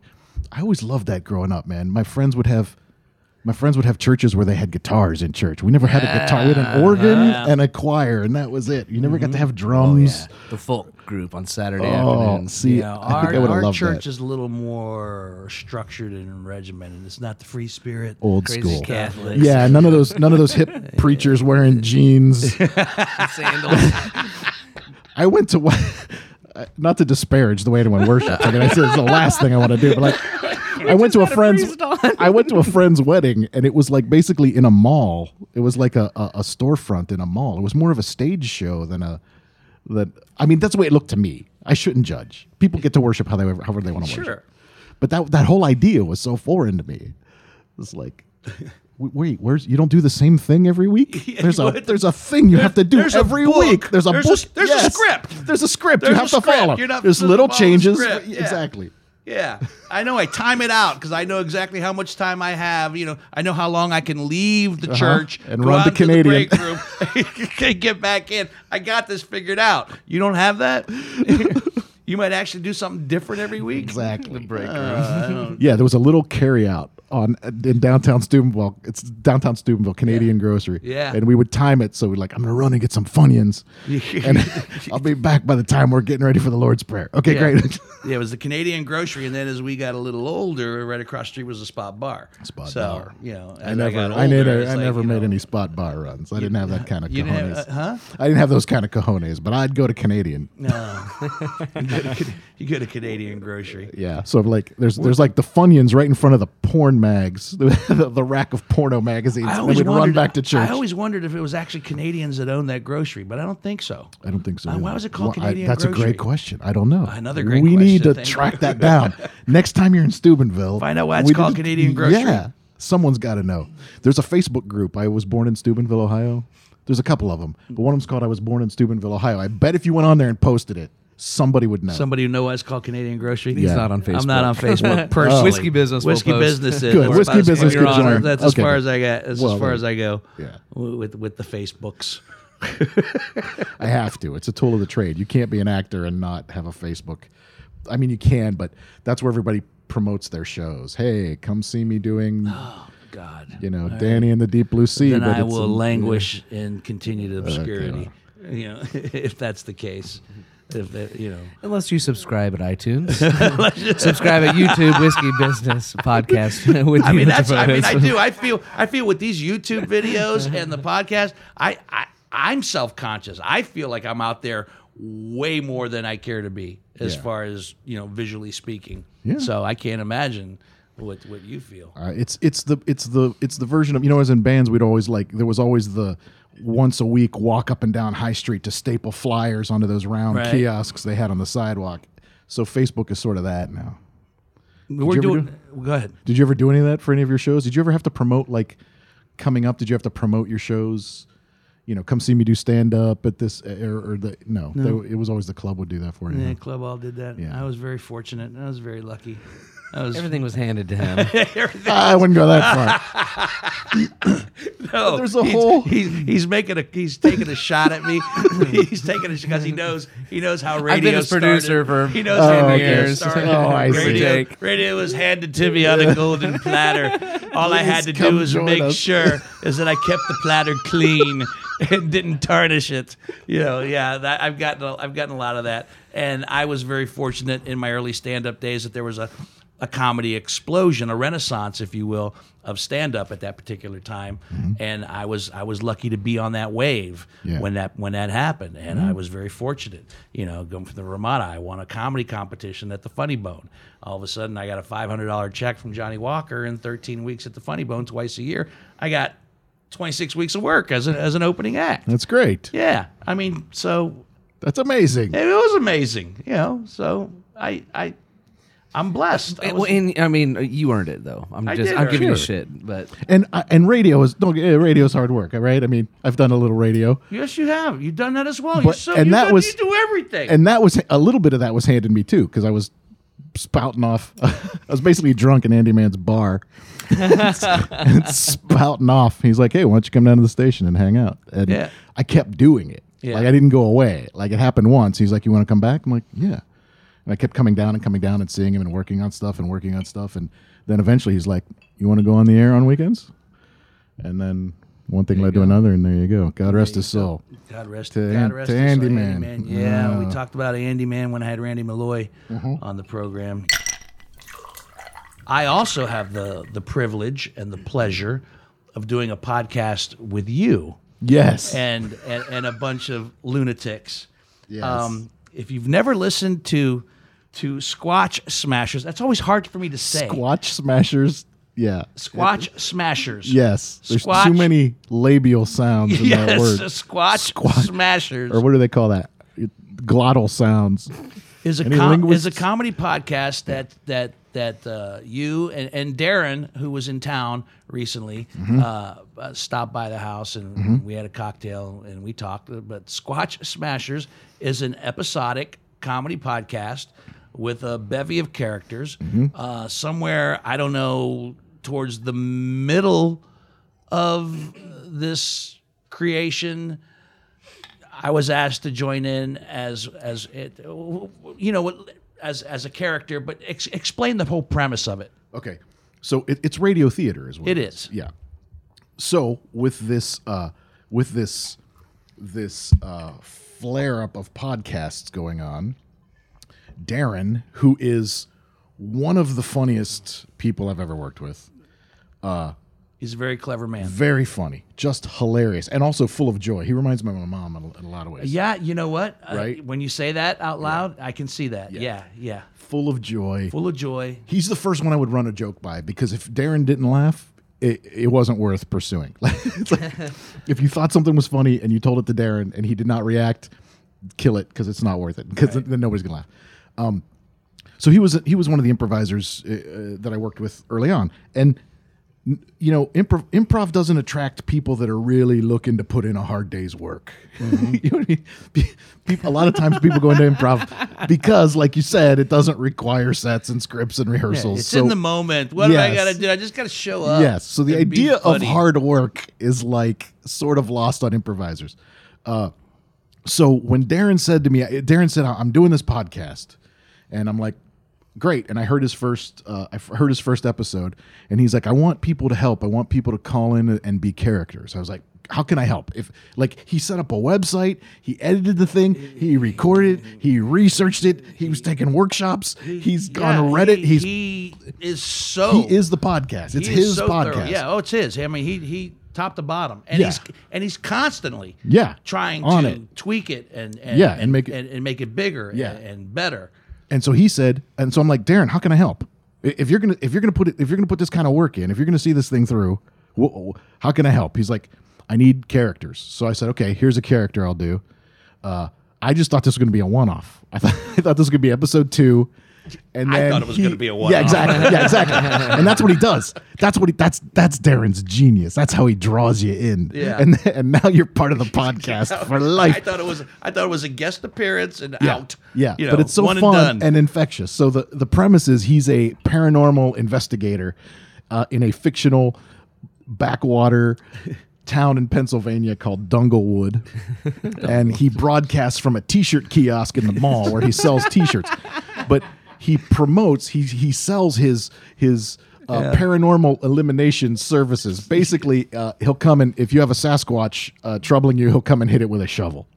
I always loved that growing up, man. My friends would have. My friends would have churches where they had guitars in church. We never had a guitar. We had an organ
Uh-huh.
and a choir, and that was it. You never
Mm-hmm.
got to
Oh,
have drums.
The folk group on Saturday
Oh,
afternoon.
see,
Yeah,
I
our,
think I would have
our
loved
church
that.
is a little more structured and regimented. It's not the free spirit
Old
Crazy
school.
cat.
Catholics.
Yeah, none of those. None of those hip preachers wearing jeans.
Sandals.
I went to one- not to disparage the way anyone worships. I mean, it's, it's the last thing I want to do. But like, I went to a friend's.
priest on.
I went to a friend's wedding, and it was like basically in a mall. It was like a, a, a storefront in a mall. It was more of a stage show than a. That I mean, that's the way it looked to me. I shouldn't judge. People get to worship how they however they want to
Sure.
worship. But that that whole idea was so foreign to me. It's like. w- Wait, where's you don't do the same thing every week? There's a
what?
there's a thing you have to do
there's a
every
book.
week. There's a
There's a
book.
s- there's a script.
There's a script. you
There's
have
a
to
script.
follow.
You're not
there's
supposed to
little
follow the
changes.
script. Yeah.
Exactly.
Yeah, I know. I time it out because I know exactly how much time I have. You know, I know how long I can leave the church
Uh-huh. And
go
run
out
the
into
Canadian.
break room, get back in. I got this figured out. You don't have that. you might actually do something different every week.
Exactly. Uh,
break
yeah, there was a little carryout on in downtown Steubenville. It's downtown Steubenville, Canadian grocery.
Yeah.
And we would time it so we're like, I'm gonna run and get some funyuns, and I'll be back by the time we're getting ready for the Lord's prayer. Okay,
Yeah.
great.
yeah, it was the Canadian grocery, and then as we got a little older, right across the street was a spot bar.
Spot
so,
bar.
You know,
I
as
never,
got
I, never,
older,
I
it's like,
never
you
made
know,
any spot bar runs. I didn't have that kind of
you didn't have-
cojones.
uh,
I didn't have those kind of cojones, but I'd go to Canadian.
You go to Canadian grocery.
Yeah. So like, there's there's like the Funyuns right in front of the porn mags, the, the, rack of porno magazines,
I
and then
always
we'd
wondered,
run back to church.
I always wondered if it was actually Canadians that owned that grocery, but I don't think so.
I don't think so.
Why
either.
was it called Canadian
That's a
grocery?
great question. I don't know.
Another great
We need to
question. Thank
track
you.
that down. Next time you're in Steubenville,
Find out why it's
we need
called
to-
Canadian grocery.
Yeah, someone's got to know. There's a Facebook group. I was born in Steubenville, Ohio. There's a couple of them, but one of them's called "I was born in Steubenville, Ohio." I bet if you went on there and posted it, somebody would know.
Somebody who knows why it's called Canadian grocery.
Yeah.
not on
I'm not on
Facebook.
Oh.
Facebook personally.
Whiskey Business will
Whiskey
post.
business. Is
Good.
We're
Whiskey
about as-
Business
Your
could
Honor,
join.
That's
Okay,
as far
good.
as I get. That's
Well,
as far
then.
as I go.
Yeah.
w- With with the Facebooks.
I have to. It's a tool of the trade. You can't be an actor and not have a Facebook. I mean, you can, but that's where everybody promotes their shows. Hey, come see me doing,
Oh, God.
you know, Danny and the Deep Blue Sea.
then
but
I
it's
will
in-
languish in continued obscurity. You know, if that's the case. If that, you know.
Unless you subscribe at iTunes, subscribe at YouTube Whiskey Business Podcast. with
I mean,
Dimitri
that's. I mean, I
Photos.
do. I feel. I feel with these YouTube videos and the podcast. I. I I'm self conscious. I feel like I'm out there way more than I care to be, as
Yeah.
far as you know, visually speaking.
Yeah.
So I can't imagine what what you feel.
Uh, it's it's the it's the it's the version of you know as in bands we'd always like there was always the once a week walk up and down High Street to staple flyers onto those round
Right.
kiosks they had on the sidewalk. So Facebook is sort of that now.
We're
you ever
doing. Go ahead.
Did you ever do any of that for any of your shows? Did you ever have to promote like coming up? Did you have to promote your shows? You know, come see me do stand up at this eh, or, or the no, They- it was always the club would do that for you.
Yeah, Club All did that.
Yeah.
I was very fortunate. I was very lucky. I was.
Everything was handed to him.
I wouldn't go that far.
No,
There's a
he's,
hole.
He's, he's making a he's taking a shot at me. he's taking a because he knows he knows how radio.
I've been his
started.
producer for
he knows
Oh,
how radio
okay.
started.
Oh, I see.
radio,
Jake.
radio was handed to me on a golden platter. All I had
Please
to do
come
was
join
make
us.
sure is that I kept the platter clean. and didn't tarnish it. You know, yeah, that, I've gotten a, I've gotten a lot of that, and I was very fortunate in my early stand-up days that there was a a comedy explosion, a renaissance, if you will, of stand-up at that particular time, and I was I was lucky to be on that wave
Yeah.
when that when that happened, and
Mm-hmm.
I was very fortunate. You know, going from the Ramada, I won a comedy competition at the Funny Bone. All of a sudden, I got a five hundred dollar check from Johnny Walker in thirteen weeks at the Funny Bone twice a year. I got 26 weeks of work as, a, as an opening act.
That's great.
Yeah. I mean, so
That's amazing.
it was amazing, you know. So I I I'm blessed. I
And,
was-
and, I mean, you earned it though. I'm
I
just
did
I'm
earn
giving you
it.
shit, but
And uh, and radio is don't get- radio's hard work, all right? I mean, I've done a little radio,
yes, you have. You've done that as well. you
But-
so,
and
you
that
done-
was-
you do everything.
and that was a little bit of that was handed me too because I was spouting off. I was basically drunk in Andy Man's bar, and spouting off. He's like, "Hey, why don't you come down to the station and hang out?" And
Yeah.
I kept doing it.
Yeah.
Like I didn't go away. Like it happened once. He's like, "You want to come back?" I'm like, "Yeah." And I kept coming down and coming down and seeing him and working on stuff and working on stuff. And then eventually he's like, "You want to go on the air on weekends?" And then one thing led to another, and there you go. God rest his soul.
God rest,
To
God
An-
rest
to
his soul,
Andy Uh. Man.
Yeah, we
Yeah.
talked about Andy Man when I had Randy Malloy
Mm-hmm.
on the program. I also have the the privilege and the pleasure of doing a podcast with you.
Yes.
and and, and a bunch of lunatics. Um,
Yes.
if you've never listened to to Squatch Smashers, that's always hard for me to say.
Squatch smashers. Yeah.
Squatch Smashers.
Yes. There's too
Squatch.
many labial sounds in that
Yes,
word.
Squatch,
Squatch.
Smashers
Or what do they call that? Glottal sounds.
is a
any
com- is
linguists?
a comedy podcast that that that uh, you and, and Darren, who was in town recently,
Mm-hmm.
uh, uh, stopped by the house and we had a cocktail and we talked. But Squatch Smashers is an episodic comedy podcast with a bevy of characters.
Mm-hmm.
Uh, somewhere I don't know towards the middle of this creation. I was asked to join in as as it, you know, as as a character, but ex- explain the whole premise of it.
Okay. So it, it's radio theater is what
It
it
is.
Yeah. So with this uh with this this uh flare up of podcasts going on, Darren, who is one of the funniest people I've ever worked with,
He's a very clever man.
very funny, just hilarious, and also full of joy. He reminds me of my mom in a- in a lot of ways.
Yeah, you know what? Uh,
Right.
when you say that out loud, I can see that. Yeah. yeah,
Full of joy.
Full of joy.
He's the first one I would run a joke by because if Darren didn't laugh, it, it wasn't worth pursuing. It's like, if you thought something was funny and you told it to Darren and he did not react, kill it because it's not worth it because then nobody's gonna laugh. Um, so he was he was one of the improvisers uh, uh, that I worked with early on, and n- you know improv improv doesn't attract people that are really looking to put in a hard day's work.
Mm-hmm.
you know what I mean? Pe- peop- a lot of times people go into improv because, like you said, it doesn't require sets and scripts and rehearsals.
It's
so
in the moment. What do I
Yes.
got to do? I just got to show up.
Yes. So the
and be
idea of
funny.
hard work is like sort of lost on improvisers. Uh, so when Darren said to me, Darren said, "I'm doing this podcast," and I'm like, "Great!" And I heard his first, uh, I f- heard his first episode, and he's like, "I want people to help. I want people to call in and be characters." I was like, "How can I help?" If like he set up a website, he edited the thing, he recorded, it, he researched it, he was taking workshops, he's gone
Yeah,
Reddit,
He,
he's
he is so
he is the podcast. It's
he is
his
so
podcast.
thorough. Yeah. Oh, it's his. I mean, he he top to bottom, and
Yeah.
he's and he's constantly
Yeah.
trying
On
to
it.
tweak it and, and
Yeah, and make it-
and, and make it bigger
Yeah.
and, and better.
And so he said, and so I'm like, Darren, how can I help? I- If you're gonna if you're gonna put it, if you're gonna put this kind of work in, if you're gonna see this thing through, wh- wh- how can I help? He's like, I need characters. So I said, okay, here's a character I'll do. Uh, I just thought this was gonna be a one off. I thought I thought this was gonna be episode two. And
I
then
thought it was
he-
gonna be a
Yeah,
one-off.
exactly. Yeah, exactly. and that's what he does. That's what he. That's that's Darren's genius. That's how he draws you in.
Yeah.
And and now you're part of the podcast for life.
I thought it was I thought it was a guest appearance and
yeah.
out.
Yeah,
You
but
know,
it's so
one
fun
And,
and,
done.
infectious. So the the premise is he's a paranormal investigator uh, in a fictional backwater town in Pennsylvania called Dunglewood, and he broadcasts from a T-shirt kiosk in the mall where he sells T-shirts, but he promotes he he sells his his uh, paranormal elimination services. Basically, uh, he'll come and if you have a Sasquatch uh, troubling you, he'll come and hit it with a shovel,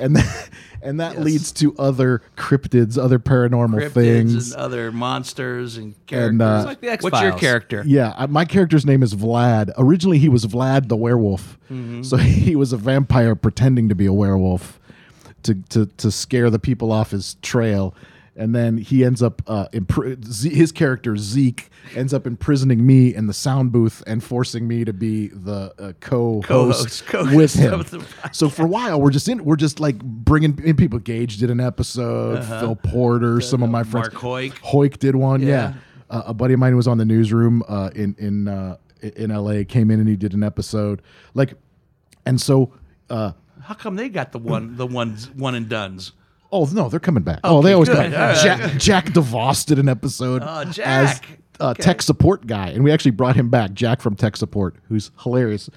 and that, and that leads to other cryptids, other paranormal
Cryptids
things.
and other monsters and characters.
uh, It's
like the
What's your
X-Files.
character?
Yeah, I, my character's name is Vlad. Originally, he was Vlad the werewolf,
Mm-hmm.
so he was a vampire pretending to be a werewolf to to to scare the people off his trail. And then he ends up uh, impri- Z- his character Zeke ends up imprisoning me in the sound booth and forcing me to be the uh, co-host,
Co-host, co-host
with him.
of the podcast.
So for a while, we're just in we're just like bringing in people. Gage did an episode. Phil Porter, some of my friends.
Uh-huh. Mark Hoik.
Hoik did one. Yeah,
Yeah.
Uh, a buddy of mine who was on the newsroom uh, in in uh, in L.A. Came in and he did an episode. Like, and so. Uh,
How come they got the one, the ones, one and duns?
Oh no, they're coming back. oh, they always come. Jack, Jack DeVos did an episode
Oh,
as
Jack.
uh,
Okay.
tech support guy, and we actually brought him back. Jack from tech support, who's hilarious.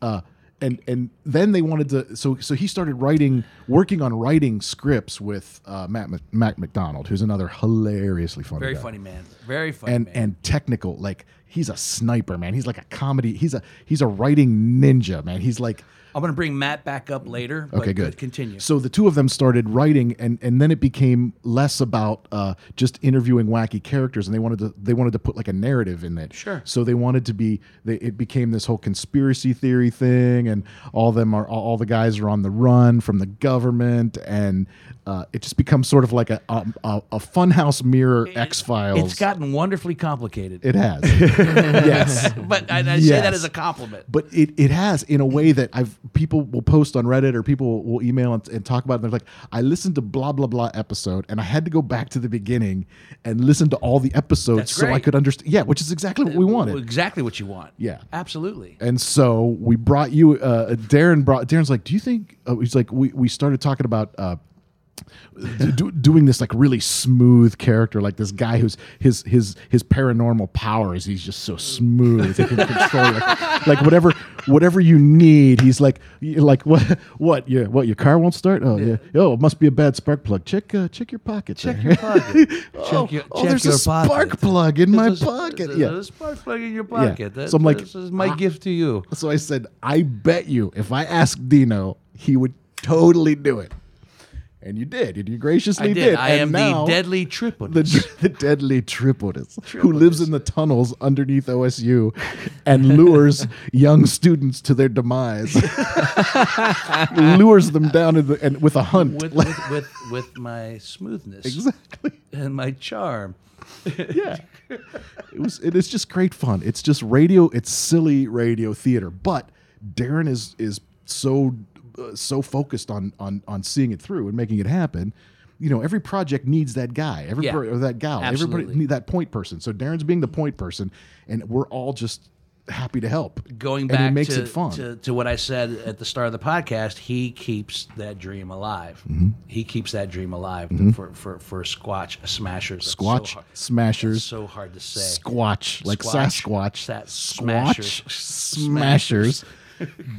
Uh, and and then they wanted to, so so he started writing, working on writing scripts with uh, Matt Mc- Matt McDonald, who's another hilariously funny,
Very
guy.
funny man. Very funny
and
man.
and technical. Like he's a sniper, man. He's like a comedy. He's a he's a writing ninja, man. He's like
I'm gonna bring Matt back up later. but
Okay, good.
Continue.
So the two of them started writing, and and then it became less about uh, just interviewing wacky characters, and they wanted to they wanted to put like a narrative in it.
Sure.
So they wanted to be. They, it became this whole conspiracy theory thing, and all them are all, all the guys are on the run from the government, and uh, it just becomes sort of like a a, a, a funhouse mirror X Files.
It's gotten wonderfully complicated.
it has. yes.
but I, I say that
Yes.
as a compliment.
but it, it has in a way that I've people will post on Reddit or people will email and, and talk about it. And they're like, I listened to blah blah blah episode, and I had to go back to the beginning and listen to all the episodes
That's
so I
great.
could understand. Yeah, which is exactly what we wanted.
Exactly what you want.
Yeah.
Absolutely.
And so we brought you. Uh, Darren brought. Darren's like, do you think? Uh, he's like, we we started talking about. Uh, do, do- doing this like really smooth character, like this guy who's his his his paranormal power is he's just so smooth, he can control you. Like, like whatever whatever you need, he's like you- like what what yeah what your car won't start oh yeah, oh it must be a bad spark plug check uh, check your pocket check your pocket oh,
Check your-
oh
check
there's
your
a
pocket.
spark plug in my
There's a- uh,
pocket
there's
yeah
a spark plug in your pocket. That-
So I'm like,
this is my
ah.
gift to you.
so I said, I bet you if I asked Dino, he would totally do it. And you did. And you graciously
I
did.
did. I
And
am
now
the deadly triple.
The, the deadly Tripodus, who lives in the tunnels underneath OSU and lures young students to their demise. lures them down in the, and with a hunt.
with, with, with, with my smoothness
exactly.
and my charm.
yeah. It was it is just great fun. It's just radio, it's silly radio theater, but Darren is is so uh, so focused on on on seeing it through and making it happen. You know, every project needs that guy, every
Yeah.
pro- or that gal,
Absolutely.
everybody need that point person. So Darren's being the point person and we're all just happy to help.
Going
and
back
it makes
to,
it fun.
To, to what I said at the start of the podcast, he keeps that dream alive.
Mm-hmm.
He keeps that dream alive for, for, for Squatch Smashers. That's so
Squatch,
hard-
smashers,
so hard to say.
squatch, like
Squatch.
Sasquatch,
Sa-
Squatch,
smashers.
smashers,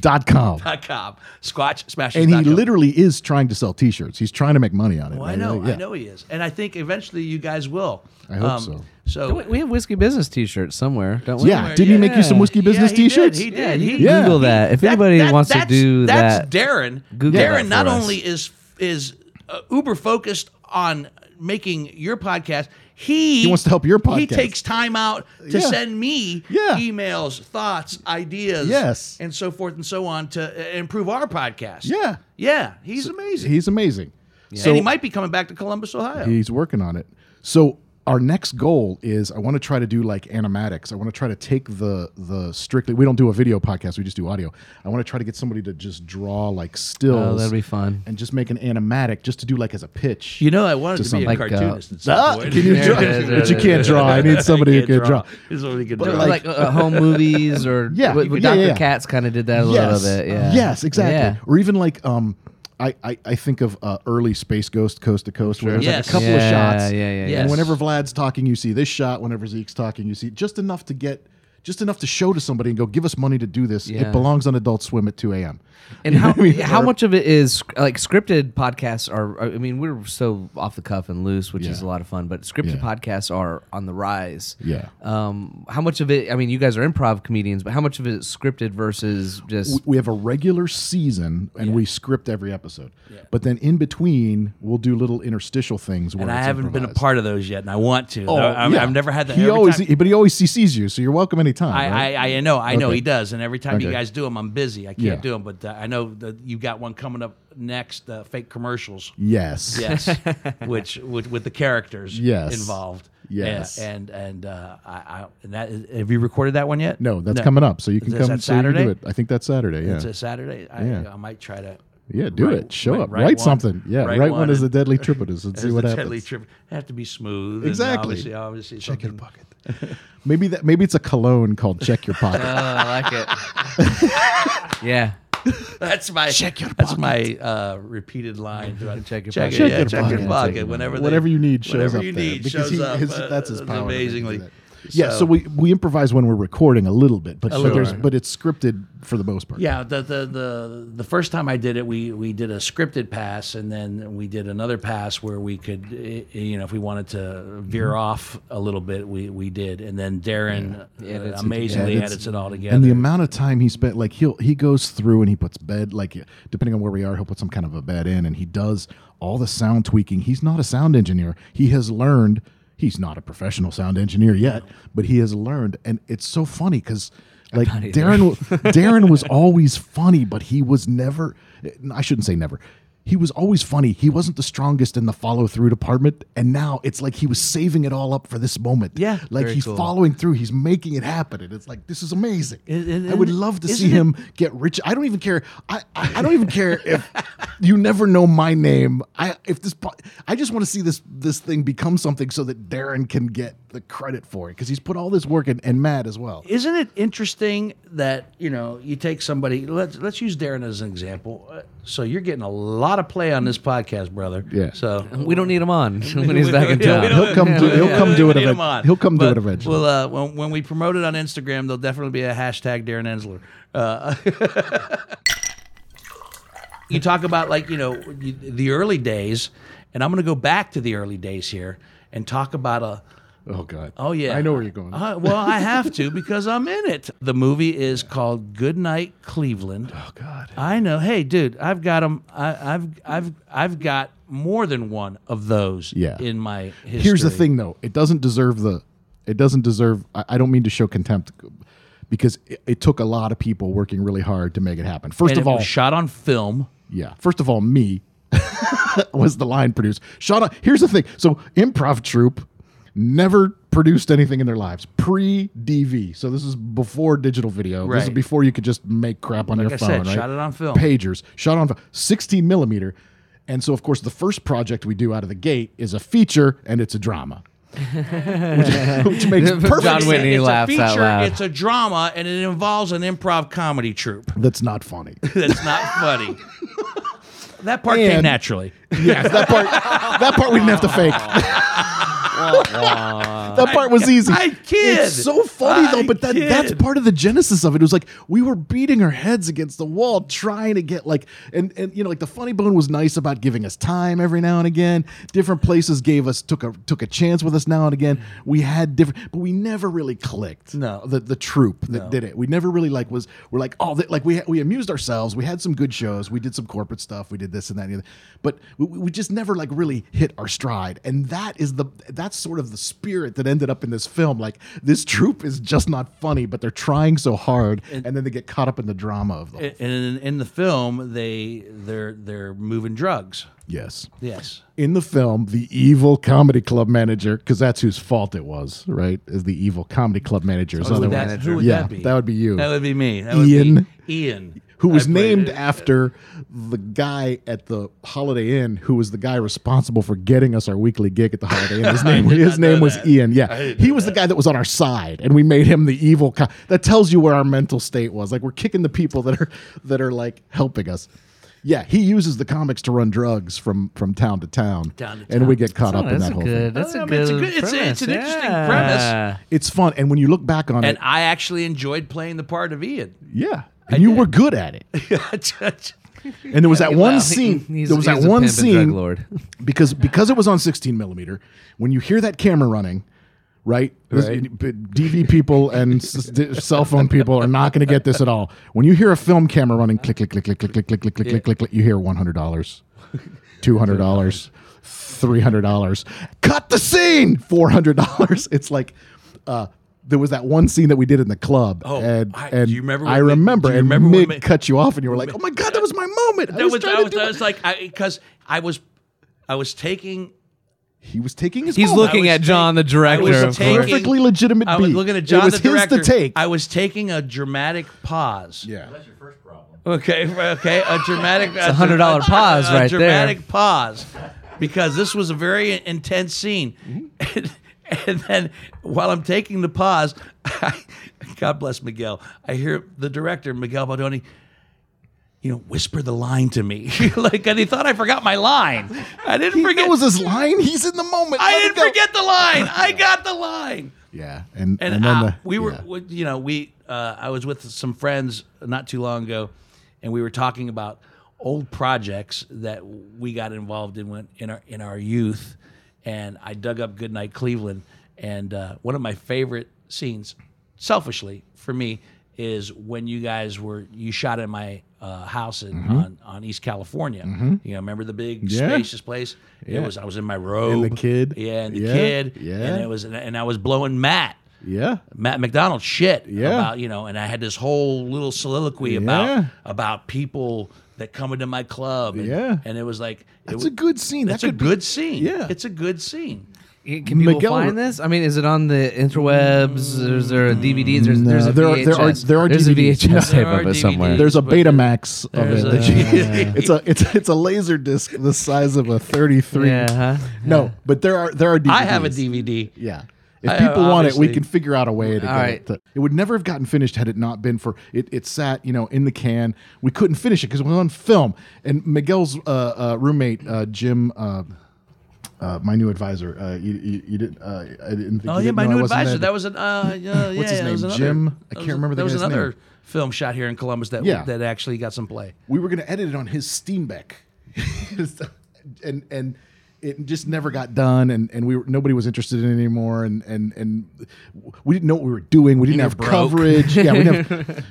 dot com.
.com. Squatch Smashers.
and he
dot com.
literally is trying to sell T-shirts. He's trying to make money
Oh,
on it.
Well, I
man.
know,
Yeah.
I know he is, and I think eventually you guys will. Um,
I hope so.
Don't
So
we- We have whiskey business T-shirts somewhere, don't we?
Yeah, didn't he make you some whiskey business
he did,
T-shirts?
He did.
Yeah,
he
you
did.
can Google that. If anybody wants to
that's-
do
that's
that,
Darren.
Google
Darren
that for
not
us.
only is is uh, uber focused on making your podcast. He,
He wants to help your
He
podcast.
takes time out to
Yeah.
send me
Yeah.
emails, thoughts, ideas,
Yes.
and so forth and so on to uh, improve our podcast.
Yeah.
yeah, he's amazing,
He's amazing. So
and he might be coming back to Columbus, Ohio.
he's working on it. So our next goal is I want to try to do like animatics. I want to try to take the the strictly we don't do a video podcast, we just do audio. I want to try to get somebody to just draw like stills.
Oh, that'd be fun.
And just make an animatic just to do like as a pitch.
You know, I wanted to,
To
be a
some- like,
uh,
cartoonist. at some
Ah,
point.
can you
There
draw?
it is, there
But you
it is.
can't draw. I need somebody who
Can't
can draw.
There's somebody who can
But
draw.
like-
like uh, home movies or
Yeah,
w- w-
yeah,
Dr.
yeah, yeah.
Katz kind of did that a little bit. Yeah.
Yes, exactly.
Yeah.
Or even like um I, I, I think of uh, early Space Ghost Coast to Coast where there's
Yes.
like a couple
Yeah,
of shots.
yeah, yeah,
yeah.
And whenever Vlad's talking, you see this shot. Whenever Zeke's talking, you see just enough to get just enough to show to somebody and go, give us money to do this.
Yeah.
It belongs on Adult Swim at 2 a.m.
And how
what I mean?
how
Or-
much of it is like scripted podcasts are? I mean, we're so off the cuff and loose, which is a
Yeah.
lot of fun. But scripted
Yeah.
podcasts are on the rise.
Yeah.
Um, how much of it? I mean, you guys are improv comedians, but how much of it is scripted versus just?
we, we have a regular season and we script every episode. But then in between, we'll do little interstitial things. Where
And I
it's
haven't been a
improvised.
part of those yet, and I want to. Oh, i
yeah.
I've never had that.
He
Every
always,
time-
but he always CCs you, so you're welcome anytime.
I,
right?
I, I know, I know
Okay.
he does. And every time you
Okay.
guys do them, I'm busy. I can't
Yeah.
do them, but uh, I know that you got one coming up next. Uh, fake commercials,
yes.
yes, which with, with the characters
Yes.
involved.
Yes.
Yeah, and and uh, I, I and that is, have you recorded that one yet?
No, that's coming up, so you can
Is
come.
that
so you can
Saturday?
do it. I think that's Saturday. Yeah.
It's a Saturday. I,
Yeah.
I might try to.
yeah. Do
write-
it. Show
write-
up.
write
Write,
one.
something. Yeah.
Write
Write, one as the
one.
deadly tripotist and see
As
what
the
happens.
Deadly Trip, have to be smooth. and
Exactly.
Obviously, obviously something-
Bucket. Maybe that. Maybe it's a cologne called "Check Your Pocket."
Oh, I like it. yeah.
That's my
Check your
That's my uh, repeated line. throughout-
Check your
check
pocket.
It,
Check
yeah,
your
check your
pocket.
pocket. Whenever they-
whatever you need shows
whatever
up
you
there
need
because
shows
he,
up.
his,
uh,
that's his power. to do
Amazingly.
that. Yeah, so, we we improvise when we're recording a little bit, but, but,
little
there's,
bit.
but it's scripted for the most part.
Yeah, the, the the the first time I did it, we we did a scripted pass, and then we did another pass where we could, eh, eh, you know, if we wanted to
Mm-hmm.
veer off a little bit, we we did, and then Darren uh,
Edits it
amazingly
together.
edits it all together.
And the amount of time he spent, like he'll he goes through and he puts bed, like depending on where we are, he'll put some kind of a bed in, and he does all the sound tweaking. He's not a sound engineer. He has learned. He's not a professional sound engineer yet, but he has learned, and it's so funny because like
not either.
Darren, wa- Darren was always funny, but he was never. I shouldn't say never. He was always funny. He wasn't the strongest in the follow through department, and now it's like he was saving it all up for this moment.
Yeah.
like
Very
he's
cool.
following through. He's making it happen, and it's like this is amazing.
Is- is-
I would
isn't it-
love to see
isn't it-
him get rich. I don't even care. I, I, I don't even care if you never know my name. I if this po- I just want to see this this thing become something so that Darren can get the credit for it because he's put all this work in, and Matt as well.
isn't it interesting that you know you take somebody let's let's use Darren as an example. Uh, So you're getting a lot of play on this podcast, brother.
Yeah.
So
We don't need him on when he's
We-
back in
yeah, we
town.
don't-
He'll come do-
yeah,
he'll
yeah,
come
we
do it
need
event-
him on.
he'll come do
But
it eventually.
Well, uh, when, when we promote it on Instagram, there'll definitely be a hashtag Darren Ensler. Uh, you talk about like you know you, the early days, and I'm going to go back to the early days here and talk about a.
Oh God.
Oh yeah,
I know where you're going.
Uh, well, I have to because I'm in it. The movie is called Goodnight Cleveland.
oh God.
I know. Hey, dude, I've got 'em- I, I've I've I've got more than one of those.
Yeah.
In my history.
Here's the thing, though. It doesn't deserve the. It doesn't deserve. I, I don't mean to show contempt, because it, it took a lot of people working really hard to make it happen. First
And
of
it
all,
was shot on film.
Yeah. First of all, me was the line producer. Shut up. Here's the thing. So improv troupe never produced anything in their lives pre DV. So this is before digital video. This is
Right.
before you could just make crap on your
I
phone.
said,
right?
shot it on film.
Pagers. Shot on fi- 16 millimeter. And so, of course, the first project we do out of the gate is a feature and it's a drama. which, which makes perfect
John
sense.
Whitney
it's
laughs
a feature,
out loud.
It's a drama, and it involves an improv comedy troupe.
That's not funny.
That's not funny. that part came
And-
naturally.
Yes, that part. that part we didn't have to fake. that part was easy.
I kid.
It's so funny
I
though, but that, that's
kid.
part of the genesis of it. It was like we were beating our heads against the wall, trying to get like, and and you know, like the funny bone was nice about giving us time every now and again. Different places gave us took a took a chance with us now and again. We had different, but we never really clicked.
No.
the the troop that did it. We never really like was we're like oh that like we we amused ourselves. We had some good shows. We did some corporate stuff. We did this and that and the other, but we, we just never like really hit our stride. And that is the that's sort of the spirit that ended up in this film. Like this troop is just not funny, but they're trying so hard, and, then they get caught up in the drama of the
And in, in the film, they they're they're moving drugs.
yes.
Yes.
In the film, the evil comedy club manager, because that's whose fault it was, right? Is the evil comedy club manager?
Who would, that,
manager.
Oh, who would
yeah,
that be?
would be you.
That would be me. That would
Ian.
Be Ian.
who was
I played
named
it.
after the guy at the Holiday Inn, who was the guy responsible for getting us our weekly gig at the Holiday Inn. His name,
did
his
not know
name was
that.
Ian. Yeah, he was the guy that was on our side, and we made him the evil. Co- that tells you where our mental state was. Like we're kicking the people that are that are like helping us. Yeah, he uses the comics to run drugs from from town to town,
Town to
and we get caught up in
Oh, that's
that
a
whole
good.
thing.
That's
Oh, I
a
mean,
good.
it's a good- it's a- it's an
premise.
interesting
yeah.
premise.
It's fun, and when you look back on
And
it,
I actually enjoyed playing the part of Ian.
yeah, and you were good at it. And there was that one
Wow, he-
scene.
he's-
there was
he's
that
a
one
pimp and drug
scene
lord.
because because it was on 16 millimeter. When you hear that camera running, right? This- b- DV people and s- d- cell phone people are not going to get this at all. When you hear a film camera running, click click click click click click click click click click click, click, you hear 100 dollars, 200 dollars, 300 dollars. Cut the scene. 400 dollars. It's like. uh there was that one scene that we did in the club,
Oh,
and,
I-
and
do you remember
I
when-
remember,
do you
and
remember when
Mig
Ma-
cut you off, and you were like, "Oh my god, that was my moment!" I
That
was,
was,
trying
I
to
was,
do
I
it."
was like, because I, was, I was taking,
He was taking his.
He's
moment.
looking
Oh, was
at John, the
taking- I
director.
was
of
taking-
course.
perfectly legitimate.
I was
beat.
looking at John,
It was
the
his
director.
to take.
I was taking a dramatic pause.
yeah,
Okay, okay, a dramatic, a
$100
dra-
pause
a
right there.
dramatic pause, because this was a very intense scene, and, and then while I'm taking the pause, I, God bless Miguel, I hear the director Miguel Baldoni, you know, whisper the line to me, like, and he thought I forgot my line. I didn't
he
forget.
knows his line. He's in the moment.
I
Let it
didn't
go.
forget the line. I got the line.
Yeah, and
And,
and, then
I-
the,
we were,
yeah.
we- you know, we uh, I was with some friends not too long ago, and we were talking about old projects that we got involved in when, in our in our youth, and I dug up Goodnight Cleveland, and uh, one of my favorite scenes, selfishly for me, is when you guys were you shot at my uh, house in, on on East California. You know, remember the big
Mm-hmm. Yeah.
spacious place? It was I was in my robe,
kid.
yeah, and the
Yeah.
kid,
Yeah.
and it was and I was blowing Matt.
yeah.
Matt McDonald shit
Yeah.
about you know, and I had this whole little soliloquy
Yeah.
about about people that come into my club. And,
Yeah.
and it was like it
That's
was,
a good scene.
It's
that
a
could be-
good scene.
yeah.
it's a good scene.
Can people
Miguel-
find this? I mean, is it on the interwebs? Is there a DVD? There's,
No,
there's a
there are-
VHS.
there are- there are
there's a VHS
DVDs.
There
tape
are
of it somewhere.
DVDs.
There's a
But there-
Betamax of
there's
it.
a-
that you- it's a it's it's a laser disc the size of a 33.
Yeah, huh?
No, but there are there are DVDs.
I have a DVD.
Yeah. If
I-
people want it, we
obviously-
can figure out a way to
All
get
right.
it. To, it would never have gotten finished had it not been for it. It sat, you know, in the can. We couldn't finish it because it was on film. And Miguel's uh, uh, roommate, uh, Jim, uh, uh, my new advisor, uh, you, you, you didn't. Uh, I didn't think
Oh yeah,
you didn't
my
know I
new
wasn't
advisor.
there.
That was an uh, yeah,
What's his
yeah, that was
name?
another-
Jim? I
that
can't
was-
remember the
There was
guy's
another
name.
film shot here in Columbus that
Yeah.
that actually got some play.
we were going to edit it on his Steambeck, and and it just never got done, and and we were, nobody was interested in it anymore, and and and we didn't know what we were doing. We didn't have
broke.
coverage. yeah, we didn't have,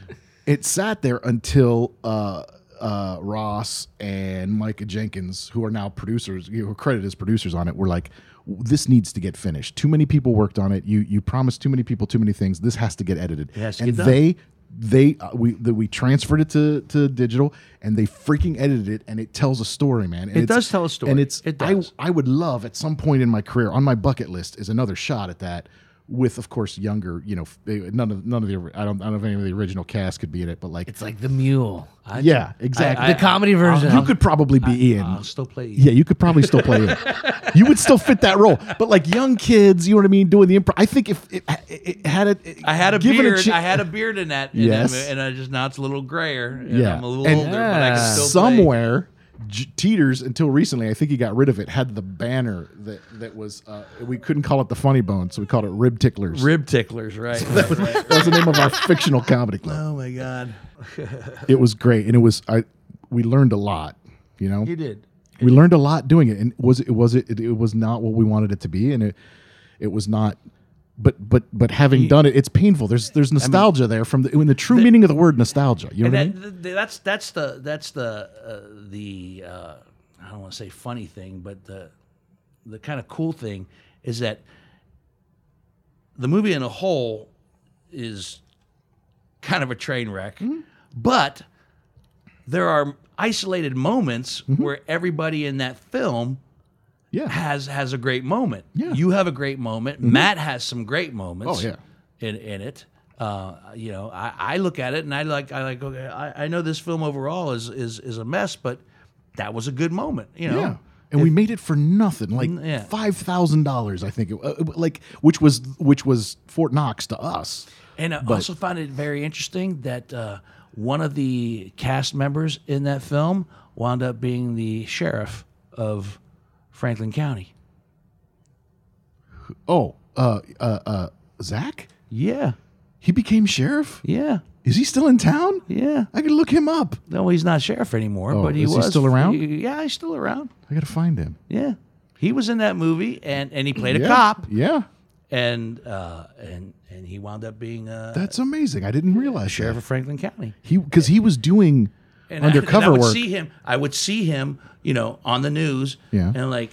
it sat there until. Uh, uh, Ross and Micah Jenkins, who are now producers, you know, who are credited as producers on it, were like, "This needs to get finished. Too many people worked on it. You you promised too many people too many things. This has to get edited."
has to
and
get done.
they they they uh, we the, we transferred it to to digital and they freaking edited it and it tells a story man and
It
it's-
does tell a story.
and it's
It
I,
does.
I would love at some point in my career on my bucket list is another shot at that with of course younger you know f- eh, none of none of the I don't I don't know if any of the original cast could be in it but like
it's like the mule,
yeah exactly
the comedy version.
you could probably be in
I'll still play.
Uh, yeah, you could probably still play it. You would still fit that role, but like young kids, you know what I mean, doing the improv. I think if it, it, it had it,
I had a
given
beard.
chan-
I had a beard in that. And
Yes.
I'm- and I just now it's a little grayer. And
Yeah.
I'm a little
And
older, but I can still play.
somewhere J- Teeters until recently I think he got rid of it had the banner that that was uh, we couldn't call it the funny bone so we called it rib ticklers
Rib ticklers, right? right, right.
that was the name of our fictional comedy club
Oh my god,
it was great and it was I we learned a lot you know
you did.
we learned a lot doing it and was it was it, it it was not what we wanted it to be and it it was not but but but having done it it's painful there's there's nostalgia there from the in the true meaning of the word nostalgia you know what I
And
mean
that, th- that's that's the that's the uh, the uh, I don't want to say funny thing, but the the kind of cool thing is that the movie in a whole is kind of a train wreck, but there are isolated moments where everybody in that film
yeah
has has a great moment.
Yeah. Mm-hmm.
You have a great moment. Matt has some great moments.
Oh, yeah.
In in it, uh, you know, I, I look at it and I like I like okay, I, I know this film overall is is is a mess, but that was a good moment. You know.
Yeah. And we made it for nothing, like
yeah.
five thousand dollars, I think. It, uh, like which was which was Fort Knox to us.
And I also found it very interesting that uh, one of the cast members in that film wound up being the sheriff of Franklin County.
Oh, uh, uh, uh, Zach?
Yeah,
He became sheriff?
yeah,
Is he still in town?
yeah.
I could look him up.
No, he's not sheriff anymore,
Oh,
but he
is he
was
still around?
yeah, he's still around.
I gotta find him.
Yeah, he was in that movie, and and he played a
yeah.
cop,
Yeah.
and uh, and and he wound up being uh,
That's amazing. I didn't realize
sheriff
sheriff.
of Franklin County.
He because he was doing
And I-
undercover
and I, would
work.
see him. I would see him, you know, on the news.
Yeah.
And like,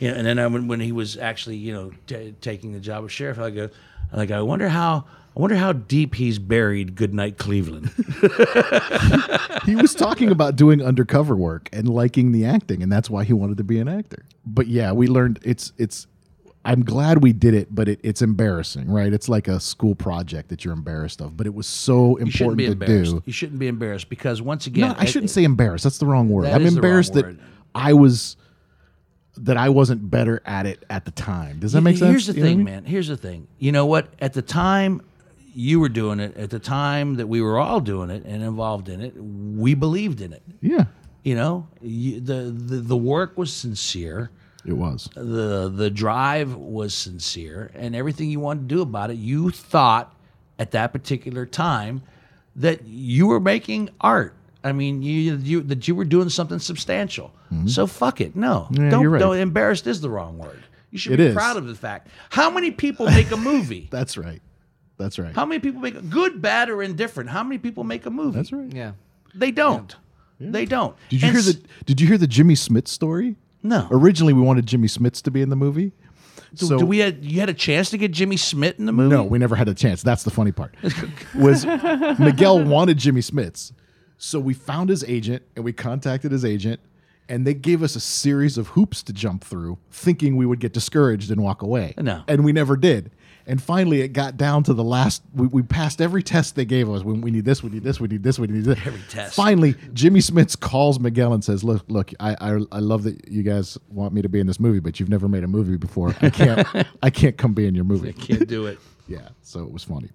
you know, and then I, when, when he was actually, you know, ta taking the job of sheriff, I go, I like, I wonder how, I wonder how deep he's buried. Goodnight, Cleveland.
he was talking about doing undercover work and liking the acting and that's why he wanted to be an actor but yeah we learned it's it's i'm glad we did it but it, it's embarrassing right it's like a school project that you're embarrassed of but it was so
You shouldn't
important
be
to
embarrassed.
do
You shouldn't be embarrassed because once again,
no, i shouldn't say embarrassed that's the wrong word
That
i'm
is the wrong
embarrassed that
word.
i was that i wasn't better at it at the time does that make
Here's
sense
the
You know what I
thing,
mean?
man. Here's the thing. You know what? At the time you were doing it, at the time that we were all doing it and involved in it, we believed in it. You know, you, the, the the work was sincere.
yeah it was
the the drive was sincere and everything you wanted to do about it you thought at that particular time that you were making art i mean you, you that you were doing something substantial so fuck it no don't,
Mm-hmm. you're right.
don't embarrassed is the wrong word you should
It
be
is.
proud of the fact how many people make a movie
that's right that's right
how many people make good bad or indifferent how many people make a movie
that's right
Yeah.
they don't they don't
did you
And
hear the
s-
did you hear the jimmy smith story
no
Originally, we wanted Jimmy Smits to be in the movie. So
do we had you had a chance to get jimmy smith in the movie
no, we never had a chance. That's the funny part. Was Miguel wanted Jimmy Smits, so we found his agent and we contacted his agent, and they gave us a series of hoops to jump through, thinking we would get discouraged and walk away.
No.
and we never did. And finally, it got down to the last. We, we passed every test they gave us. We, we need this. We need this. We need this. We need this. Every
test.
Finally, Jimmy Smits calls Miguel and says, "Look, look, I, I, I love that you guys want me to be in this movie, but you've never made a movie before. I can't, I can't come be in your movie."
can't do it
Yeah, so it was funny.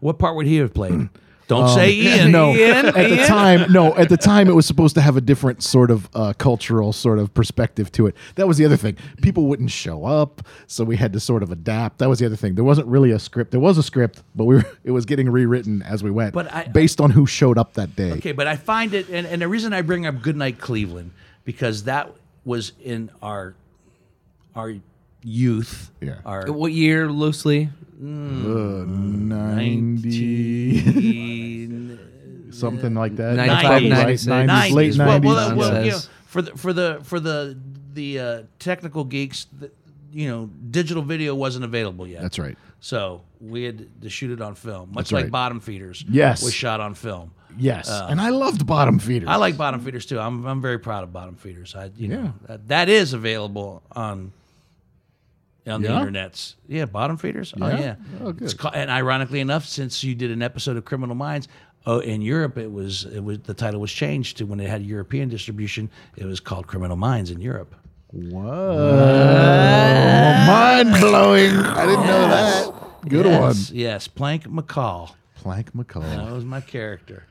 What part would he have played? Don't say Ian.
Hmm. Um, no,
Ian,
at the
Ian?
time, no, at the time, it was supposed to have a different sort of uh, cultural sort of perspective to it. That was the other thing. People wouldn't show up, so we had to sort of adapt. That was the other thing. There wasn't really a script. There was a script, but we were, it was getting rewritten as we went,
But I-
based on who showed up that day.
Okay, but I find it, and, and the reason I bring up Goodnight Cleveland because that was in our our youth.
Yeah.
Our
What year, loosely?
Uh, Ninety something like that.
95,
Probably
96.
right, 90s,
90s.
late
Well,
nineties.
well, well, you know,
says.
for the for the for the the uh, technical geeks, the, you know, digital video wasn't available yet.
That's right.
So we had to shoot it on film, much
That's
like
right.
Bottom Feeders.
Yes.
was shot on film. Uh,
Yes, and I loved bottom feeders.
I like bottom feeders too. I'm I'm very proud of bottom feeders. I you
Yeah.
know that, that is available on on the
Yeah?
internets. Yeah, bottom feeders. Oh
Yeah?
yeah.
Oh, good.
It's ca- and ironically enough, since you did an episode of Criminal Minds, oh in Europe it was it was the title was changed to when it had European distribution, it was called Criminal Minds in Europe.
Mind blowing. I didn't know that. Good
yes,
one.
Yes, Plank McCall.
Plank McCall.
That was my character.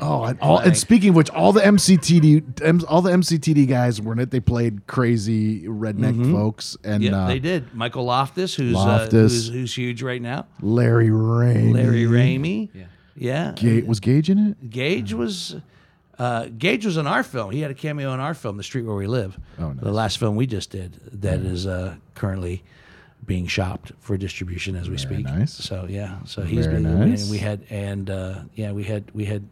Oh, and, all, and speaking of which, all the MCTD, em- all the MCTD guys were in it. They played crazy redneck folks, and
Mm-hmm. Yeah,
uh,
they did. Michael Loftus, who's,
Loftus.
Uh, who's who's huge right now.
Larry Rain.
Larry
Mm-hmm.
Mm-hmm. Ramey. Yeah. Yeah.
Ga- was Gage in it?
Gage was uh, Gage was in our film. He had a cameo in our film, The Street Where We Live.
Oh, nice. Mm-hmm.
The last film we just did that is uh, currently being shopped for distribution as we speak.
nice.
So yeah, so he's
Very
been
nice.
and we had and uh, yeah we had we had.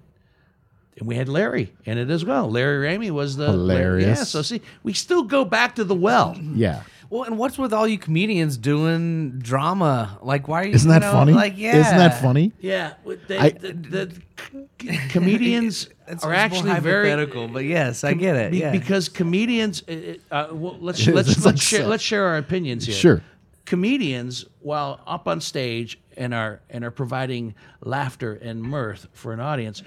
And we had Larry in it as well. Larry Ramey was the
Hilarious.
yeah, so see, we still go back to the well.
Yeah.
Well, and what's with all you comedians doing drama? Like, why are you?
Isn't that
you know,
funny?
Like, yeah,
Isn't that funny?
Yeah, they,
I-
the, the c- comedians
It's
are
more
actually very
hypothetical, but yes, I get it.
Be-
yeah.
Because comedians, uh, uh, well, let's
It's
let's,
like
let's, share,
so-
let's share our opinions here.
Sure.
Comedians, while up on stage and are and are providing laughter and mirth for an audience,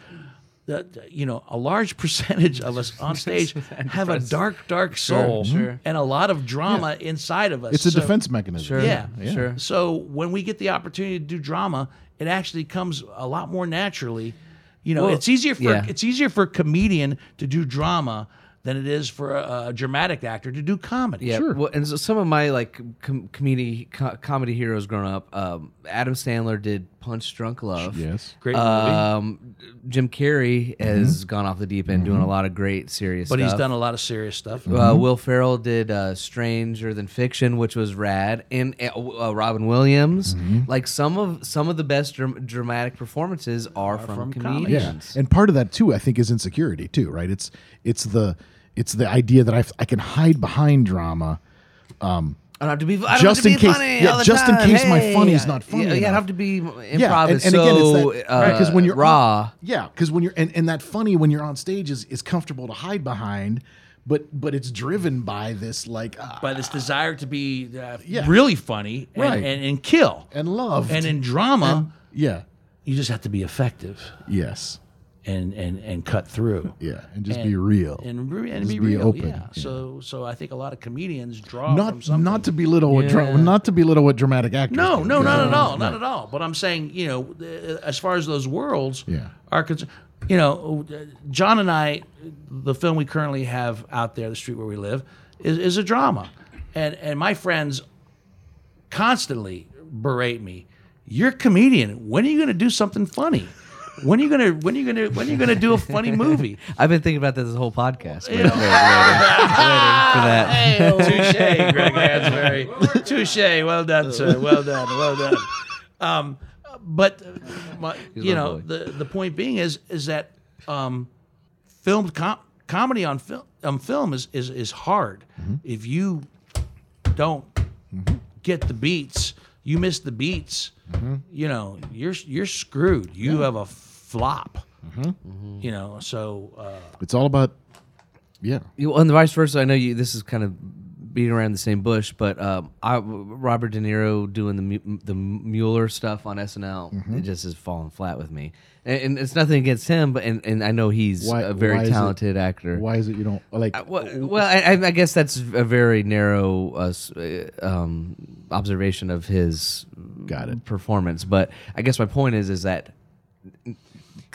the, the- you know, a large percentage of us on stage have a dark, dark soul
sure.
and a lot of drama inside of us.
It's a
So-
defense mechanism.
Sure.
Yeah.
sure.
So when we get the opportunity to do drama, it actually comes a lot more naturally. You know,
Well,
it's easier for
yeah.
it's easier for a comedian to do drama than it is for a, a dramatic actor to do comedy.
Yeah, well, and so some of my like com- comedy co- comedy heroes growing up, um, Adam Sandler did Punch Drunk Love.
Yes.
Great movie.
Um, Jim Carrey has gone off the deep end, doing a lot of great serious.
Mm-hmm. but
stuff.
he's Mm-hmm. done a lot of serious stuff.
Uh, Will Ferrell did uh, Stranger Than Fiction, which was rad, and uh, uh, Robin Williams.
Mm-hmm.
Like some of some of the best dram- dramatic performances are, from,
from comedy.
yeah
comedians.
and part of that too i think is insecurity too right it's it's the it's the idea that i, I can hide behind drama
I don't have to be. I don't have
Just
to
in
be
case-
funny
yeah,
all the
just in
time.
case my
Hey,
funny's not funny
Yeah, yeah, I don't
enough.
have to be improv.
yeah and,
is
and
so, uh,
again it's that because
uh,
when you're on-
raw,
yeah because when you're and, and that funny when you're on stage is is comfortable to hide behind but but it's driven by this like uh,
By this desire to be uh,
Yeah.
really funny and,
Right.
and, and kill.
and love
And in drama,
yeah
you just have to be effective
yes
and and, and cut through.
yeah and just be real
and, re- and be,
be
real.
open,
Yeah.
yeah.
So so I think a lot of comedians draw from
not
something.
not to belittle what dra-
Yeah.
not to belittle what dramatic actors
no
do,
no
yeah.
not at all not at all. But I'm saying you know uh, as far as those worlds
Yeah.
are concerned. You know, uh, John and I, the film we currently have out there, the street where we live, is, is a drama, and and my friends constantly berate me. You're a comedian. When are you going to do something funny? When are you gonna? When are you gonna? When are you gonna do a funny movie?
I've been thinking about this this whole podcast.
You know?
that.
Touche, Greg Hansberry. Touche. Well done, sir. Well done. Well done. Um, but my, you
my
know,
boy.
the the point being is is that um, filmed com- comedy on film on film is is is hard.
Mm-hmm.
If you don't get the beats, you miss the beats.
Mm-hmm.
You know, you're you're screwed. You have a flop.
Mm-hmm.
You know, so uh,
it's all about yeah
You, and vice versa. I know you. This is kind of beating around the same bush, but um, I, Robert De Niro doing the Mu- the Mueller stuff on SNL,
Mm-hmm.
it just is falling flat with me. And, and it's nothing against him, but and, and I know he's
Why-
a
why
very
is it-
talented actor.
why is it you don't like
Well, well I, I- I guess that's a very narrow uh, s- uh, um, observation of his
Got it.
performance. But I guess my point is is that
he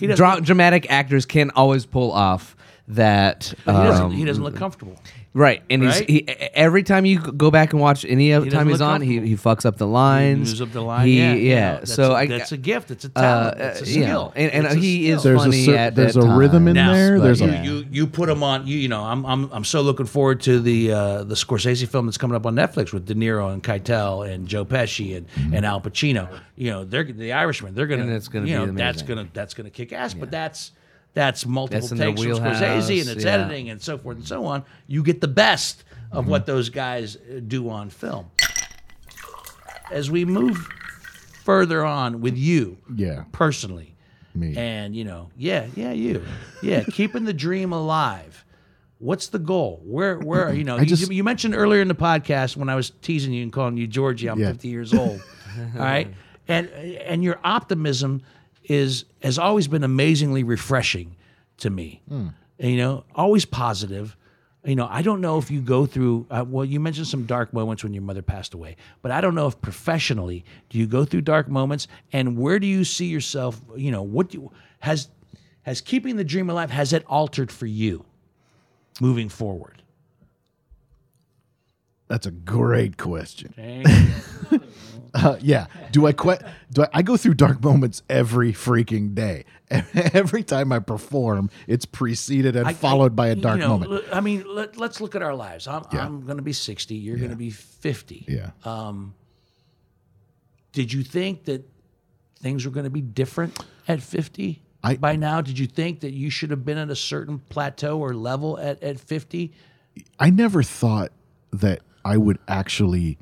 doesn't,
dra- dramatic actors can always pull off that.
he doesn't,
um,
he doesn't look comfortable.
Right, and
Right?
he's he, e- every time you go back and watch any of
He doesn't
time he's
look
on, he,
comfortable.
he fucks up the lines.
Moves up the line.
He-
yeah, you know, that's
so
a,
I
that's a gift. It's a
uh,
talent. it's a
yeah,
skill.
and- and
It's a
he is
skill.
There's a
funny
cer-
at
there's
that
a rhythm in
time.
Now,
there.
but
There's
yeah.
a
you you put him on. You, you know, I'm I'm I'm so looking forward to the uh, the Scorsese film that's coming up on Netflix with De Niro and Keitel and Joe Pesci and, and Al Pacino. You know, they're the Irishman. They're gonna.
Mm-hmm. And it's gonna
you
be
know,
amazing.
that's gonna that's gonna kick ass. But that's that's multiple
That's in their
takes from
wheelhouse,
Scorsese and it's
yeah.
editing and so forth and so on. You get the best of what
Mm-hmm.
those guys uh, do on film. As we move further on with you,
Yeah.
personally,
me
and you know, yeah, yeah, you, yeah, keeping the dream alive. What's the goal? Where, where are you know? You,
just-
you mentioned earlier in the podcast when I was teasing you and calling you Georgie. I'm
Yeah.
50 years old. all right, and and your optimism is has always been amazingly refreshing to me. And, you know, always positive. You know, I don't know if you go through. Uh, well, you mentioned some dark moments when your mother passed away, but I don't know if professionally do you go through dark moments, and where do you see yourself? You know, what do you, has has keeping the dream alive has it altered for you moving forward?
that's a great question
Dang.
Uh, yeah. Do I quit? Do I, I go through dark moments every freaking day? every time I perform, it's preceded and followed by a
you
dark
know,
moment.
l- I mean, let, let's look at our lives. I'm, I'm going to be 60. You're going to be 50.
yeah.
Did you think that things were going to be different at 50?
I-
By now, did you think that you should have been at a certain plateau or level at, at 50?
I never thought that I would actually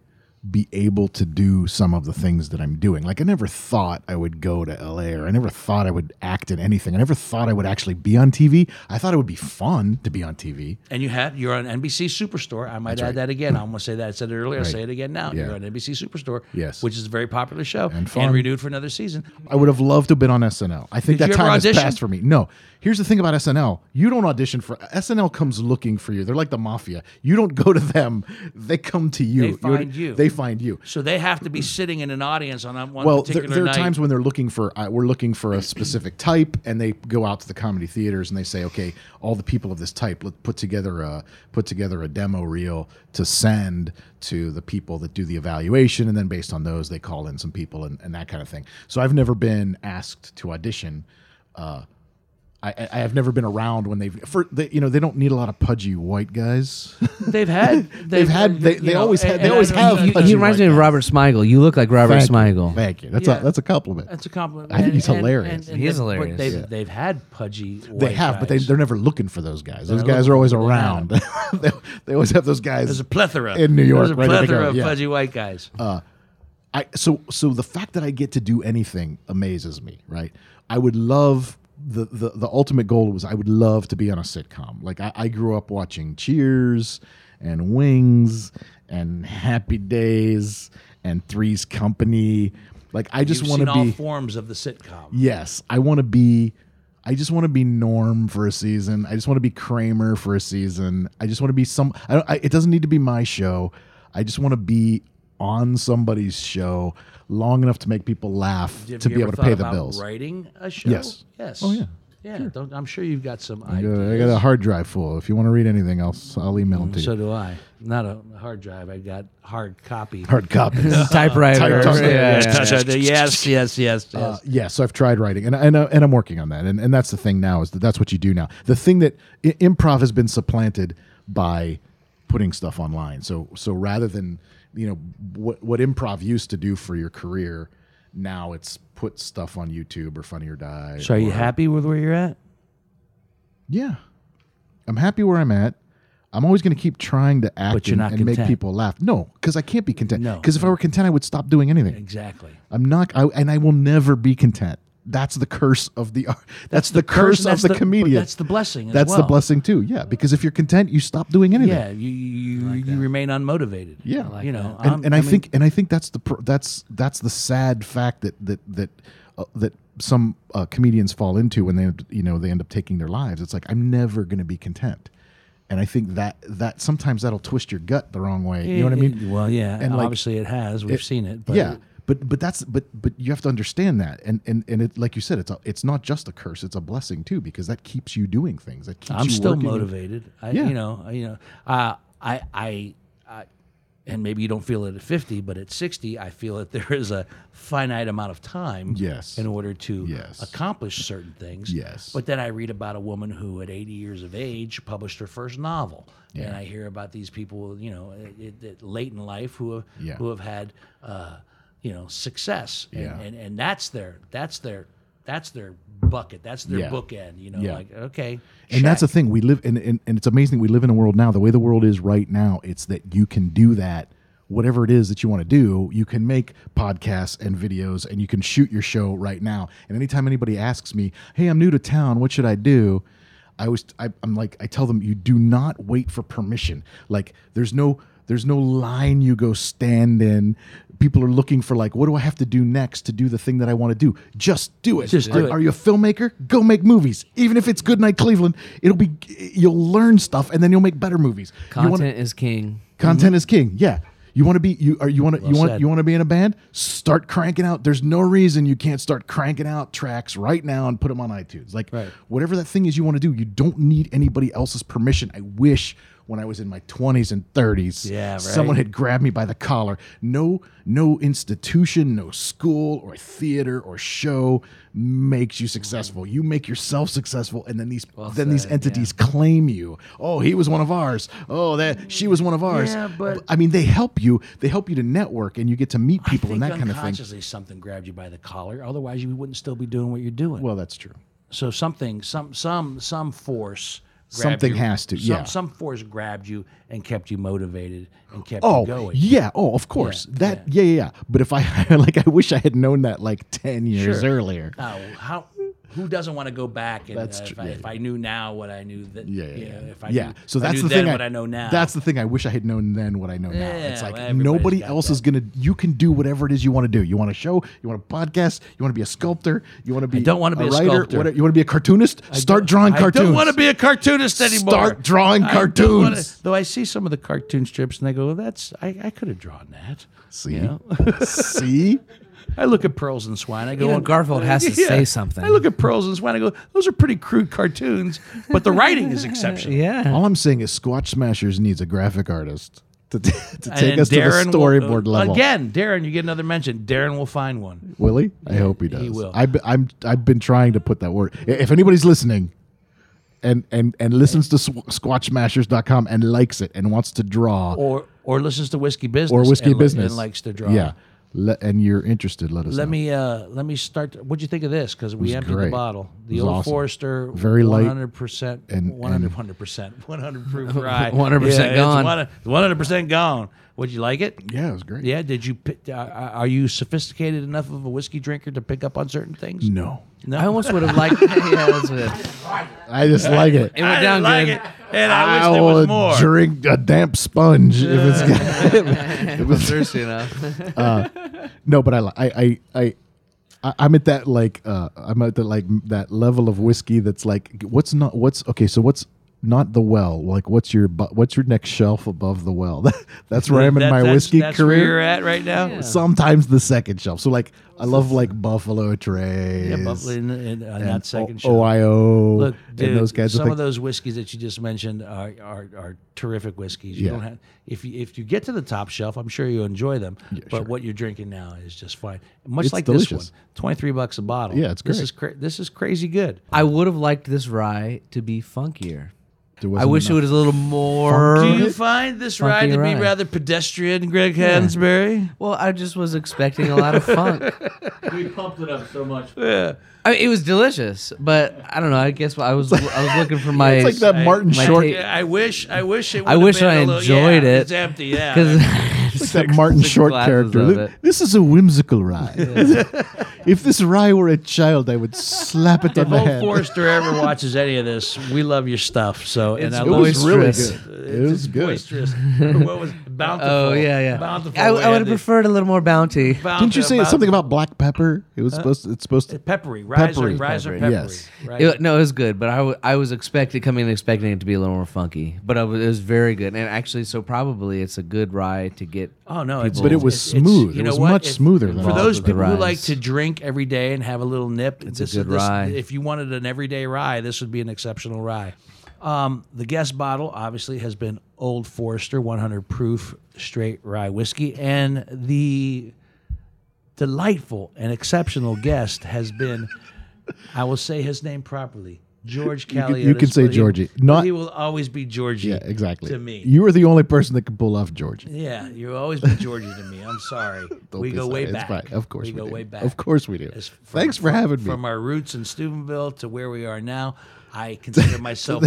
be able to do some of the things that I'm doing. Like I never thought I would go to LA or I never thought I would act in anything. I never thought I would actually be on TV. I thought it would be fun to be on TV.
And you had you're on NBC Superstore. I might add that again. I'm going to say that I said it earlier. I say it again now.
Yeah.
You're on NBC Superstore,
Yes.
which is a very popular show and,
fun.
renewed for another season.
I would have loved to have been on SNL. I think
Did you
that
ever
time has
audition?
passed for me. No. Here's the thing about SNL. You don't audition for SNL comes looking for you. They're like the mafia. You don't go to them. They come to you.
They
would-
find you.
They find you.
So they have to be sitting in an audience on that one
Well, there,
particular
there are
night.
times when they're looking for uh, we're looking for a specific type, and they go out to the comedy theaters and they say, okay, all the people of this type, let put together a put together a demo reel to send to the people that do the evaluation, and then based on those, they call in some people and, and that kind of thing. So I've never been asked to audition. Uh, I, I- I have never been around when they've for they, you know they don't need a lot of pudgy white guys.
they've had, they've,
had- they-
you
they always had-
and-
they
and
always
I don't-
have-
You,
Punching
he reminds me
white
of
guys.
Robert Smigel. You look like Robert
Thank you.
Smigel.
Thank you. That's
Yeah.
a that's a compliment.
That's a compliment.
I think he's hilarious.
He
they've-
is
but
hilarious.
They've,
Yeah.
they've had pudgy.
They
white
have, but they,
guys.
they're never looking for those guys. Those guys are always around. they, they always have those guys.
there's a plethora
in New York,
There's a
right at the
plethora
go,
of
yeah. Uh,
pudgy white guys.
I so so the fact that I get to do anything amazes me. Right? I would love the the, the ultimate goal was I would love to be on a sitcom. Like I, I grew up watching Cheers and Wings and Happy Days and Three's Company. Like I just
You've
want to
seen
be
all forms of the sitcom.
Yes, I want to be. I just want to be Norm for a season. I just want to be Kramer for a season. I just want to be some. I don't, I, it doesn't need to be my show. I just want to be on somebody's show long enough to make people laugh
Have
to
you ever
be able to
thought
pay the
about
bills.
Writing a show.
Yes.
Yes.
Oh, yeah.
Yeah. Don't, I'm sure you've got some
I
ideas. Mm,
got, I got a hard drive full. If you want to read anything else, I'll email it to you.
So do I. Not a hard drive. I got hard copy.
hard copies.
Typewriter.
Typewriter.
Yeah, yeah.
yes, yes, yes, yes.
Uh, yeah, so I've tried writing, and and, uh, and I'm working on that, and and that's the thing now is that that's what you do now. The thing that I- improv has been supplanted by putting stuff online. So so rather than you know what what improv used to do for your career, now it's put stuff on YouTube or Funny or Die.
so are you
or-
happy with where you're at?
Yeah, I'm happy where I'm at. I'm always going to keep trying to act
But you're
and,
not
and make
content.
people laugh. No, because I can't be content.
No.
because if I were content, I would stop doing anything.
Exactly.
I'm not, I, and I will never be content. That's the curse of the art. That's, the, curse,
and
of
that's
the,
the- but
comedian.
that's the blessing as
That's the
well.
blessing too. Yeah, because if you're content, you stop doing anything.
Yeah, you you, you remain unmotivated.
Yeah. I
you
like
know, I'm-
and, and I,
mean,
think and I think that's the pr- that's that's the sad fact that that that uh, that some uh, comedians fall into when they you know they end up taking their lives. It's like I'm never going to be content, and I think that that sometimes that'll twist your gut the wrong way. you know what I mean?
Well, yeah,
And, like,
obviously it has. We've seen it. But
yeah, but but that's but but you have to understand that, and and and it like you said, it's a, it's not just a curse; it's a blessing too, because that keeps you doing things. That keeps
I'm
you
still
working.
motivated. I,
Yeah.
you know, I- you know, uh, I, I, I, and maybe you don't feel it at 50, but at 60, I feel that there is a finite amount of time.
Yes.
In order to
Yes.
accomplish certain things.
Yes.
But then I read about a woman who, at 80 years of age, published her first novel, and I hear about these people, you know, it, it, late in life who have,
Yeah.
who have had, uh, you know, success. And,
Yeah.
and and that's their that's their that's their bucket. That's their
Yeah.
bookend. You know,
Yeah.
like okay.
And that's the thing we live, and, and and it's amazing we live in a world now. The way the world is right now, it's that you can do that. Whatever it is that you want to do, you can make podcasts and videos, and you can shoot your show right now. And anytime anybody asks me, "Hey, I'm new to town. What should I do?" I always, I, I'm like, I tell them, you do not wait for permission. Like, there's no, there's no line you go stand in. People are looking for like, what do I have to do next to do the thing that I want to do? Just do it.
Just do
Are-
it.
Are you a filmmaker? Go make movies. Even if it's Good Night Cleveland, it'll be, you'll learn stuff, and then you'll make better movies. You
Content
wanna-
is king.
Content is king. Yeah. You want to be you are you want to you want
Mm-hmm. said.
you want to be in a band? Start cranking out. There's no reason you can't start cranking out tracks right now and put them on iTunes. Like
Right.
whatever that thing is you want to do, you don't need anybody else's permission. I wish when I was in my 20s and 30s,
Yeah, right.
someone had grabbed me by the collar. No no institution, no school or theater or show makes you successful. You make yourself successful and then these then these
said, yeah.
entities claim you. Oh, he was one of ours. Oh, that she was one of ours.
Yeah, but-
I mean, they help you. They help you to network, and you get to meet people and that kind of thing.
unconsciously something grabbed you by the collar. Otherwise, you wouldn't still be doing what you're doing.
Well, that's true.
so something, some, some, some force. grabbed
Something
you-
has to,
Some,
yeah.
Some force grabbed you and kept you motivated and kept
Oh,
you going.
yeah. Oh, of course.
Yeah,
that. Yeah. yeah, yeah. But if I like, I wish I had known that like ten years
Sure.
earlier.
Now, how? who doesn't want to go back? And
That's
uh, if,
true,
I,
yeah,
if I knew now what I knew that,
Yeah, yeah,
you
yeah.
know, if I
yeah.
knew,
so
if I knew
that's the
then
thing. I,
what I know now.
That's the thing. I wish I had known then what I know now.
Yeah,
It's like
well, everybody's
nobody
got
else
that.
is gonna. You can do whatever it is you want to do. You want to show. You want to podcast. You want to be a sculptor. You want to be.
don't wanna be a
writer.
sculptor.
whatever- you want to be a cartoonist. Start drawing
I
cartoons.
don't want to be a cartoonist anymore.
Start drawing
I don't wanna-
cartoons.
though I see some of the cartoon strips and I go, well, that's I, I could have drawn that.
See,
You know?
see.
I look at Pearls and Swine. I go,
You know,
"Oh,
Garfield has to say something.
I look at Pearls and Swine. I go, those are pretty crude cartoons, but the writing is exceptional.
Yeah.
All I'm saying is Squatch Smashers needs a graphic artist to, t- to
And
take
then
us to
Darren
the
will- uh,
storyboard level.
Again, Darren, you get another mention. Darren will find one.
Will he? I hope he does.
will.
I've been, I'm I've been trying to put that word. I- If anybody's listening, and and and listens to sw- squatchmashers.com and likes it and wants to draw or,
Or or listens to Whiskey Business.
whiskey
and, li-
business
and likes to draw.
yeah, Le- and you're interested, let us
Let
know.
me uh let me start. What'd you think of this? Because we emptied the
great.
bottle.
It
The
was
old
awesome.
Forester,
Very light
100 percent
and-
100 percent 100 proof rye,
100% gone.
100 percent gone. Would you like it?
yeah, it was great.
Yeah. Did you? pi- Uh, are you sophisticated enough of a whiskey drinker to pick up on certain things?
No,
No.
I almost would have liked. yeah, that's what it,
I just like it.
it went
I didn't
down
like
good.
it, and I,
I
wish there
will
was more.
drink a damp sponge if it's if it's-
Thirsty enough.
No, but I li- I I I. I- I'm at that like uh, I'm at that like m- that level of whiskey that's like what's not what's okay so what's not the well like what's your bu- what's your next shelf above the well that's where I'm in
That-
my
that's-
whiskey
that's
career
Where you're at right now.
sometimes the second shelf so like I love like Buffalo Trace
Yeah, but in, in, on that second show.
OIO
Look,
and
dude,
those kinds
some
of
of
things
those whiskeys that you just mentioned are are, are terrific whiskeys. You
Yeah.
don't have if you if you get to the top shelf, I'm sure you enjoy them. but what you're drinking now is just fine. Much
It's
like
delicious.
this one, twenty three bucks a bottle.
Yeah, it's
This
great.
is cra- this is crazy good.
I would have liked this rye to be funkier.
There
I
wasn't
wish it
enough.
was a little more.
Do you find this ride to be
rye.
rather pedestrian, Greg Hansberry?
Well, I just was expecting a lot of funk.
We pumped it up so much.
I mean, it was delicious, but I don't know. I guess I was I was looking for my
it's like that Martin
my
Short
tape-
Yeah, I wish. I wish it.
I
would've
wish
been
I
a little-
enjoyed
yeah,
it
It's empty. Yeah.
because
It's that Martin Short character. Look, This is a whimsical rye. if this rye were a child, I would slap it on the
If
head.
Forrester ever watches any of this, we love your stuff. So and I
it
love
was really
boisterous.
good. It was good.
boisterous. what was bountiful?
Oh yeah, yeah.
Bountiful.
I,
We
I
had
would have
the
preferred a little more bounty.
bountiful-
Didn't you say
bountiful-
something about black pepper? It
Uh,
was supposed. To, it's supposed to.
peppery? Riser,
Peppery.
riser,
Peppery,
peppery.
yes.
Right.
It, no, it was good, but I wa- I was expecting coming in expecting it to be a little more funky, but I was, it was very good. And actually, so probably it's a good rye to get.
Oh no! It's,
But it was smooth. It was much smoother than
for
all
those
of the
people who
ryes.
like to drink every day and have a little nip. It's this,
good
this-
rye.
If you wanted an everyday rye, this would be an exceptional rye. Um, the guest bottle obviously has been Old Forester 100 proof straight rye whiskey, and the delightful and exceptional guest has been, I will say his name properly, George
can-
Caliotis.
you can say
but he-
Georgie.
but
Not-
he will always be Georgie.
Yeah, exactly.
To me,
you were the only person that could pull off Georgie.
yeah, you've always been Georgie to me. I'm sorry.
Don't
we
be
go
sorry.
way
It's
back.
fine. Of course
we,
we,
go
do.
way back.
Of course we do.
It's from-
Thanks for having me.
From our roots in Steubenville to where we are now, I consider myself,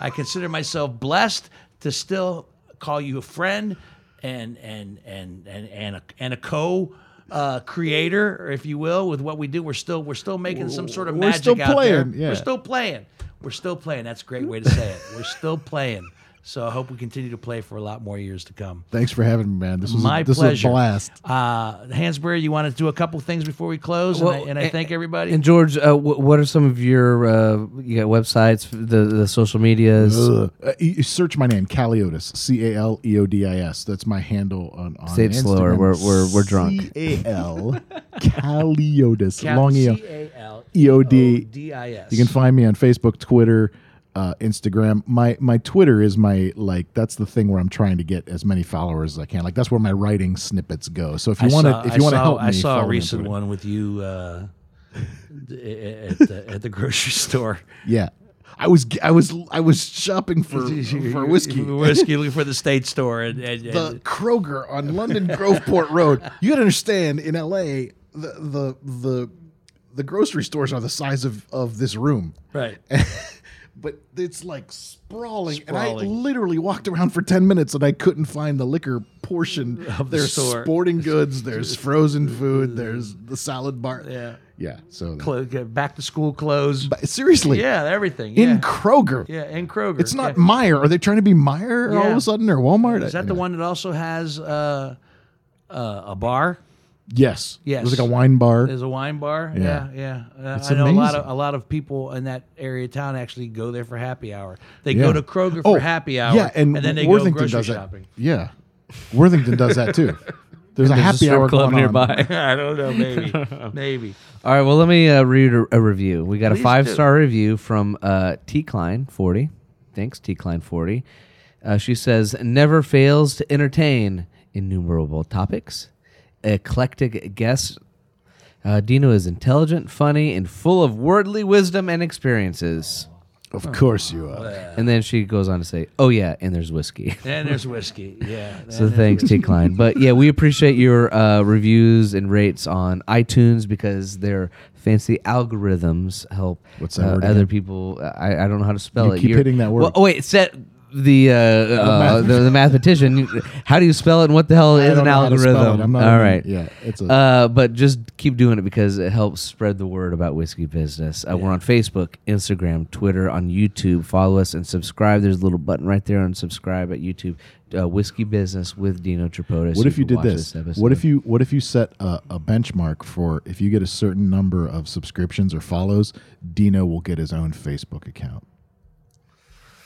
I consider myself blessed to still call you a friend and and and and and a, and a co. Uh, creator, if you will, with what we do, we're still we're still making some sort of
We're
magic
still
out
playing,
there.
yeah.
We're still playing. We're still playing. That's a great way to say it. We're still playing. So I hope we continue to play for a lot more years to come.
Thanks for having me, man. This was
My
a, this was
pleasure.
a blast.
Uh, Hansberry, you want to do a couple things before we close,
Well,
and I, and I
a-
thank everybody.
And George, uh, wh- what are some of your uh, you got websites, the the social medias?
Ugh. Uh, you you search my name, Caliotis, C A L E O D I S. That's my handle on, on
Say it slower.
Instagram.
We're- we're- we're drunk.
C A L Caliotis, long E O.
C A L
EOD.
D I S.
You can find me on Facebook, Twitter, uh, Instagram. My my Twitter is my like that's the thing where I'm trying to get as many followers as I can. Like that's where my writing snippets go. So if you want to if you want to help me,
I saw
follow
a
me on
recent
Twitter.
one with you uh, d- at, the, at the grocery store.
Yeah, I was g- I was I was shopping for for whiskey.
whiskey, looking for the state store, and, and, and
the Kroger on London Groveport Road. You gotta understand, in LA, the the the the grocery stores are the size of of this room,
right.
but it's like
Sprawling.
sprawling, And I literally walked around for ten minutes and I couldn't find the liquor portion.
Of the
there's
store.
sporting goods, there's frozen food, there's the salad bar.
Yeah.
Yeah. So that-
Clo- get back to school clothes.
but seriously,
yeah, everything. Yeah.
in Kroger,
yeah, and Kroger.
it's not
yeah.
Meyer. Are they trying to be Meyer all of
Yeah.
a sudden or Walmart?
Is that the one that also has uh, uh, a bar?
Yes.
Yes.
It was like a wine bar.
There's a wine bar.
Yeah.
Yeah, yeah. Uh,
It's
I know a lot of
amazing.
a lot of people in that area of town actually go there for happy hour. They
Yeah.
go to Kroger for
Oh,
happy hour.
Yeah, and,
then they
Worthington
go grocery
does
shopping.
That. Yeah, Worthington does that too. There's a
There's a
happy
strip
hour
club
going On.
nearby.
I don't know. Maybe. maybe.
All right, well, let me uh, read a, a review. We got
Please
a
do.
five star review from uh, T Klein forty. Thanks, T Klein forty. Uh, she says, "Never fails to entertain innumerable topics, eclectic guests." Uh, Dino is intelligent, funny, and full of worldly wisdom and experiences.
Of course you are.
And then she goes on to say, "Oh yeah, and there's whiskey."
And there's whiskey. Yeah.
So
And-
thanks, T. Klein. But yeah, we appreciate your uh, reviews and rates on iTunes because their fancy algorithms help
What's that
uh,
word
other
again?
people. I, I don't know how to spell
You
it.
keep hitting that word.
Well, oh wait, set the uh, uh, the, the mathematician. how do you spell it? and What the hell is
don't
an
know how to spell it.
algorithm?
I'm not
All
even-
right.
yeah, it's a-
uh, but just keep doing it because it helps spread the word about whiskey business. Uh, We're on Facebook, Instagram, Twitter, on YouTube. Follow us and subscribe. There's a little button right there on subscribe at YouTube. Uh, whiskey business with Dino Tripodis.
What if you
can
did
watch
this? what if you What if you set a, a benchmark for if you get a certain number of subscriptions or follows, Dino will get his own Facebook account.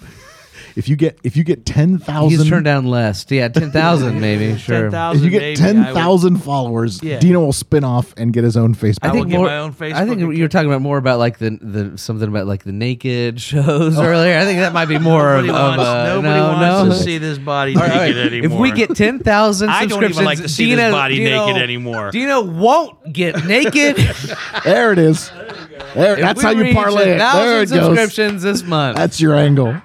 if you get If you get ten
He's turned
thousand.
down less. Yeah, ten thousand maybe. Sure.
10,000
If you
maybe,
get
I would-
ten thousand followers,
Yeah.
Dino will spin off and get his own Facebook.
I think
get
more,
my own
I think
Facebook
you were talking about more about like the the something about like the naked shows
Oh.
earlier. I think that might be more of,
Nobody
of
wants,
uh,
nobody
no,
wants
no.
to see this body
All
naked
right, all right.
anymore.
If we get 10,000
I
subscriptions,
don't even like to see this
Dino,
body
Dino-
naked anymore.
Dino won't get naked.
There it is. There,
If
that's
we
how you
reach
parlay it.
1,000
There it goes.
subscriptions this month.
That's your angle.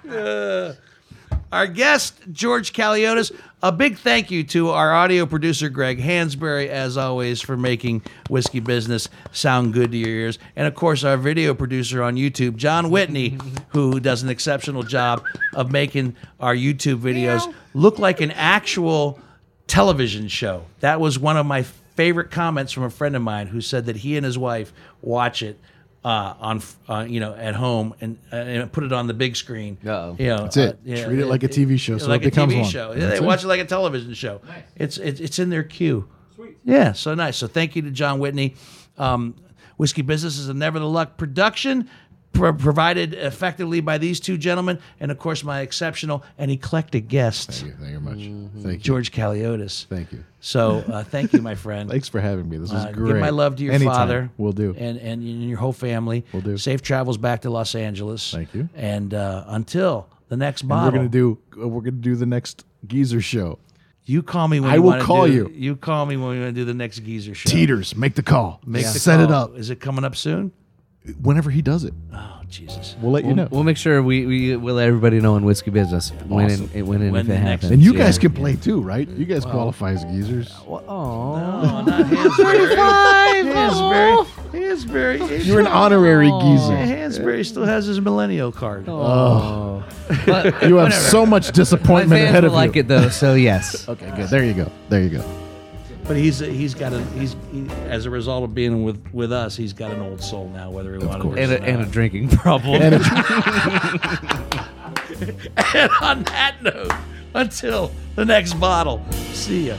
Our guest, George Kaliotis. A big thank you to our audio producer, Greg Hansberry, as always, for making Whiskey Business sound good to your ears. And of course, our video producer on YouTube, John Whitney, who does an exceptional job of making our YouTube videos look like an actual television show. That was one of my favorite comments from a friend of mine who said that he and his wife watch it. Uh, on uh, you know at home and uh, and put it on the big screen.
Uh-oh.
You know,
That's it. Treat it like a TV show, so
like
it becomes
a TV
one.
show. Yeah,
That's
they
it.
watch it like a television show. It's, it's it's in their queue. Sweet. Yeah, so nice. So thank you to John Whitney. Um, Whiskey Business is a Never the Luck production pro- provided effectively by these two gentlemen and of course my exceptional and eclectic guests
Thank you very much. Thank you.
George Kaliotis.
Thank you.
So uh, thank you, my friend.
Thanks for having me. This is
Uh,
great.
Give my love to your
Anytime.
father.
Will do.
And, and and your whole family. Will
do.
Safe travels back to Los Angeles.
Thank you.
And uh, until the next
And
bottle,
we're gonna do. uh, We're gonna do the next geezer show.
You call me when
I
you
will
wanna
call
do-
you.
You call me when we want to do the next geezer show.
Teeters, make the call.
Make the
Set it
call.
up
Is it coming up soon?
whenever he does it.
Oh Jesus!
We'll let you
We'll,
know.
we'll make sure we, we we'll let everybody know in whiskey business when
Awesome.
it when and
When
if
the
it
next-
happens.
and you
Yeah.
guys can play too, right? You guys qualify as geezers.
Aw.
Oh, not Hansberry.
Oh.
Hansberry. Hansberry.
You're an honorary geezer.
Hansberry still has his millennial card.
Oh.
You have so much
My
disappointment
fans
ahead
will
of
like
you.
it though, so yes.
Okay, good. There you go. There you go.
But he's he's got a he's he, as a result of being with with us, he's got an old soul now. Whether he wanted
course.
it
and,
or
a, and a
not.
drinking problem.
And it's
and on that note, until the next bottle, see ya.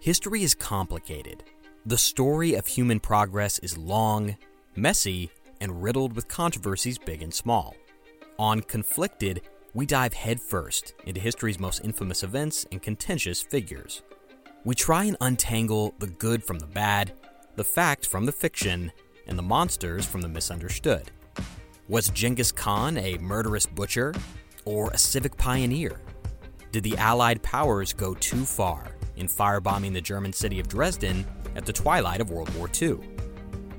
History is complicated. The story of human progress is long, messy, and riddled with controversies big and small. On Conflicted, we dive headfirst into history's most infamous events and contentious figures. We try and untangle the good from the bad, the fact from the fiction, and the monsters from the misunderstood. Was Genghis Khan a murderous butcher or a civic pioneer? Did the Allied powers go too far in firebombing the German city of Dresden at the twilight of World War II?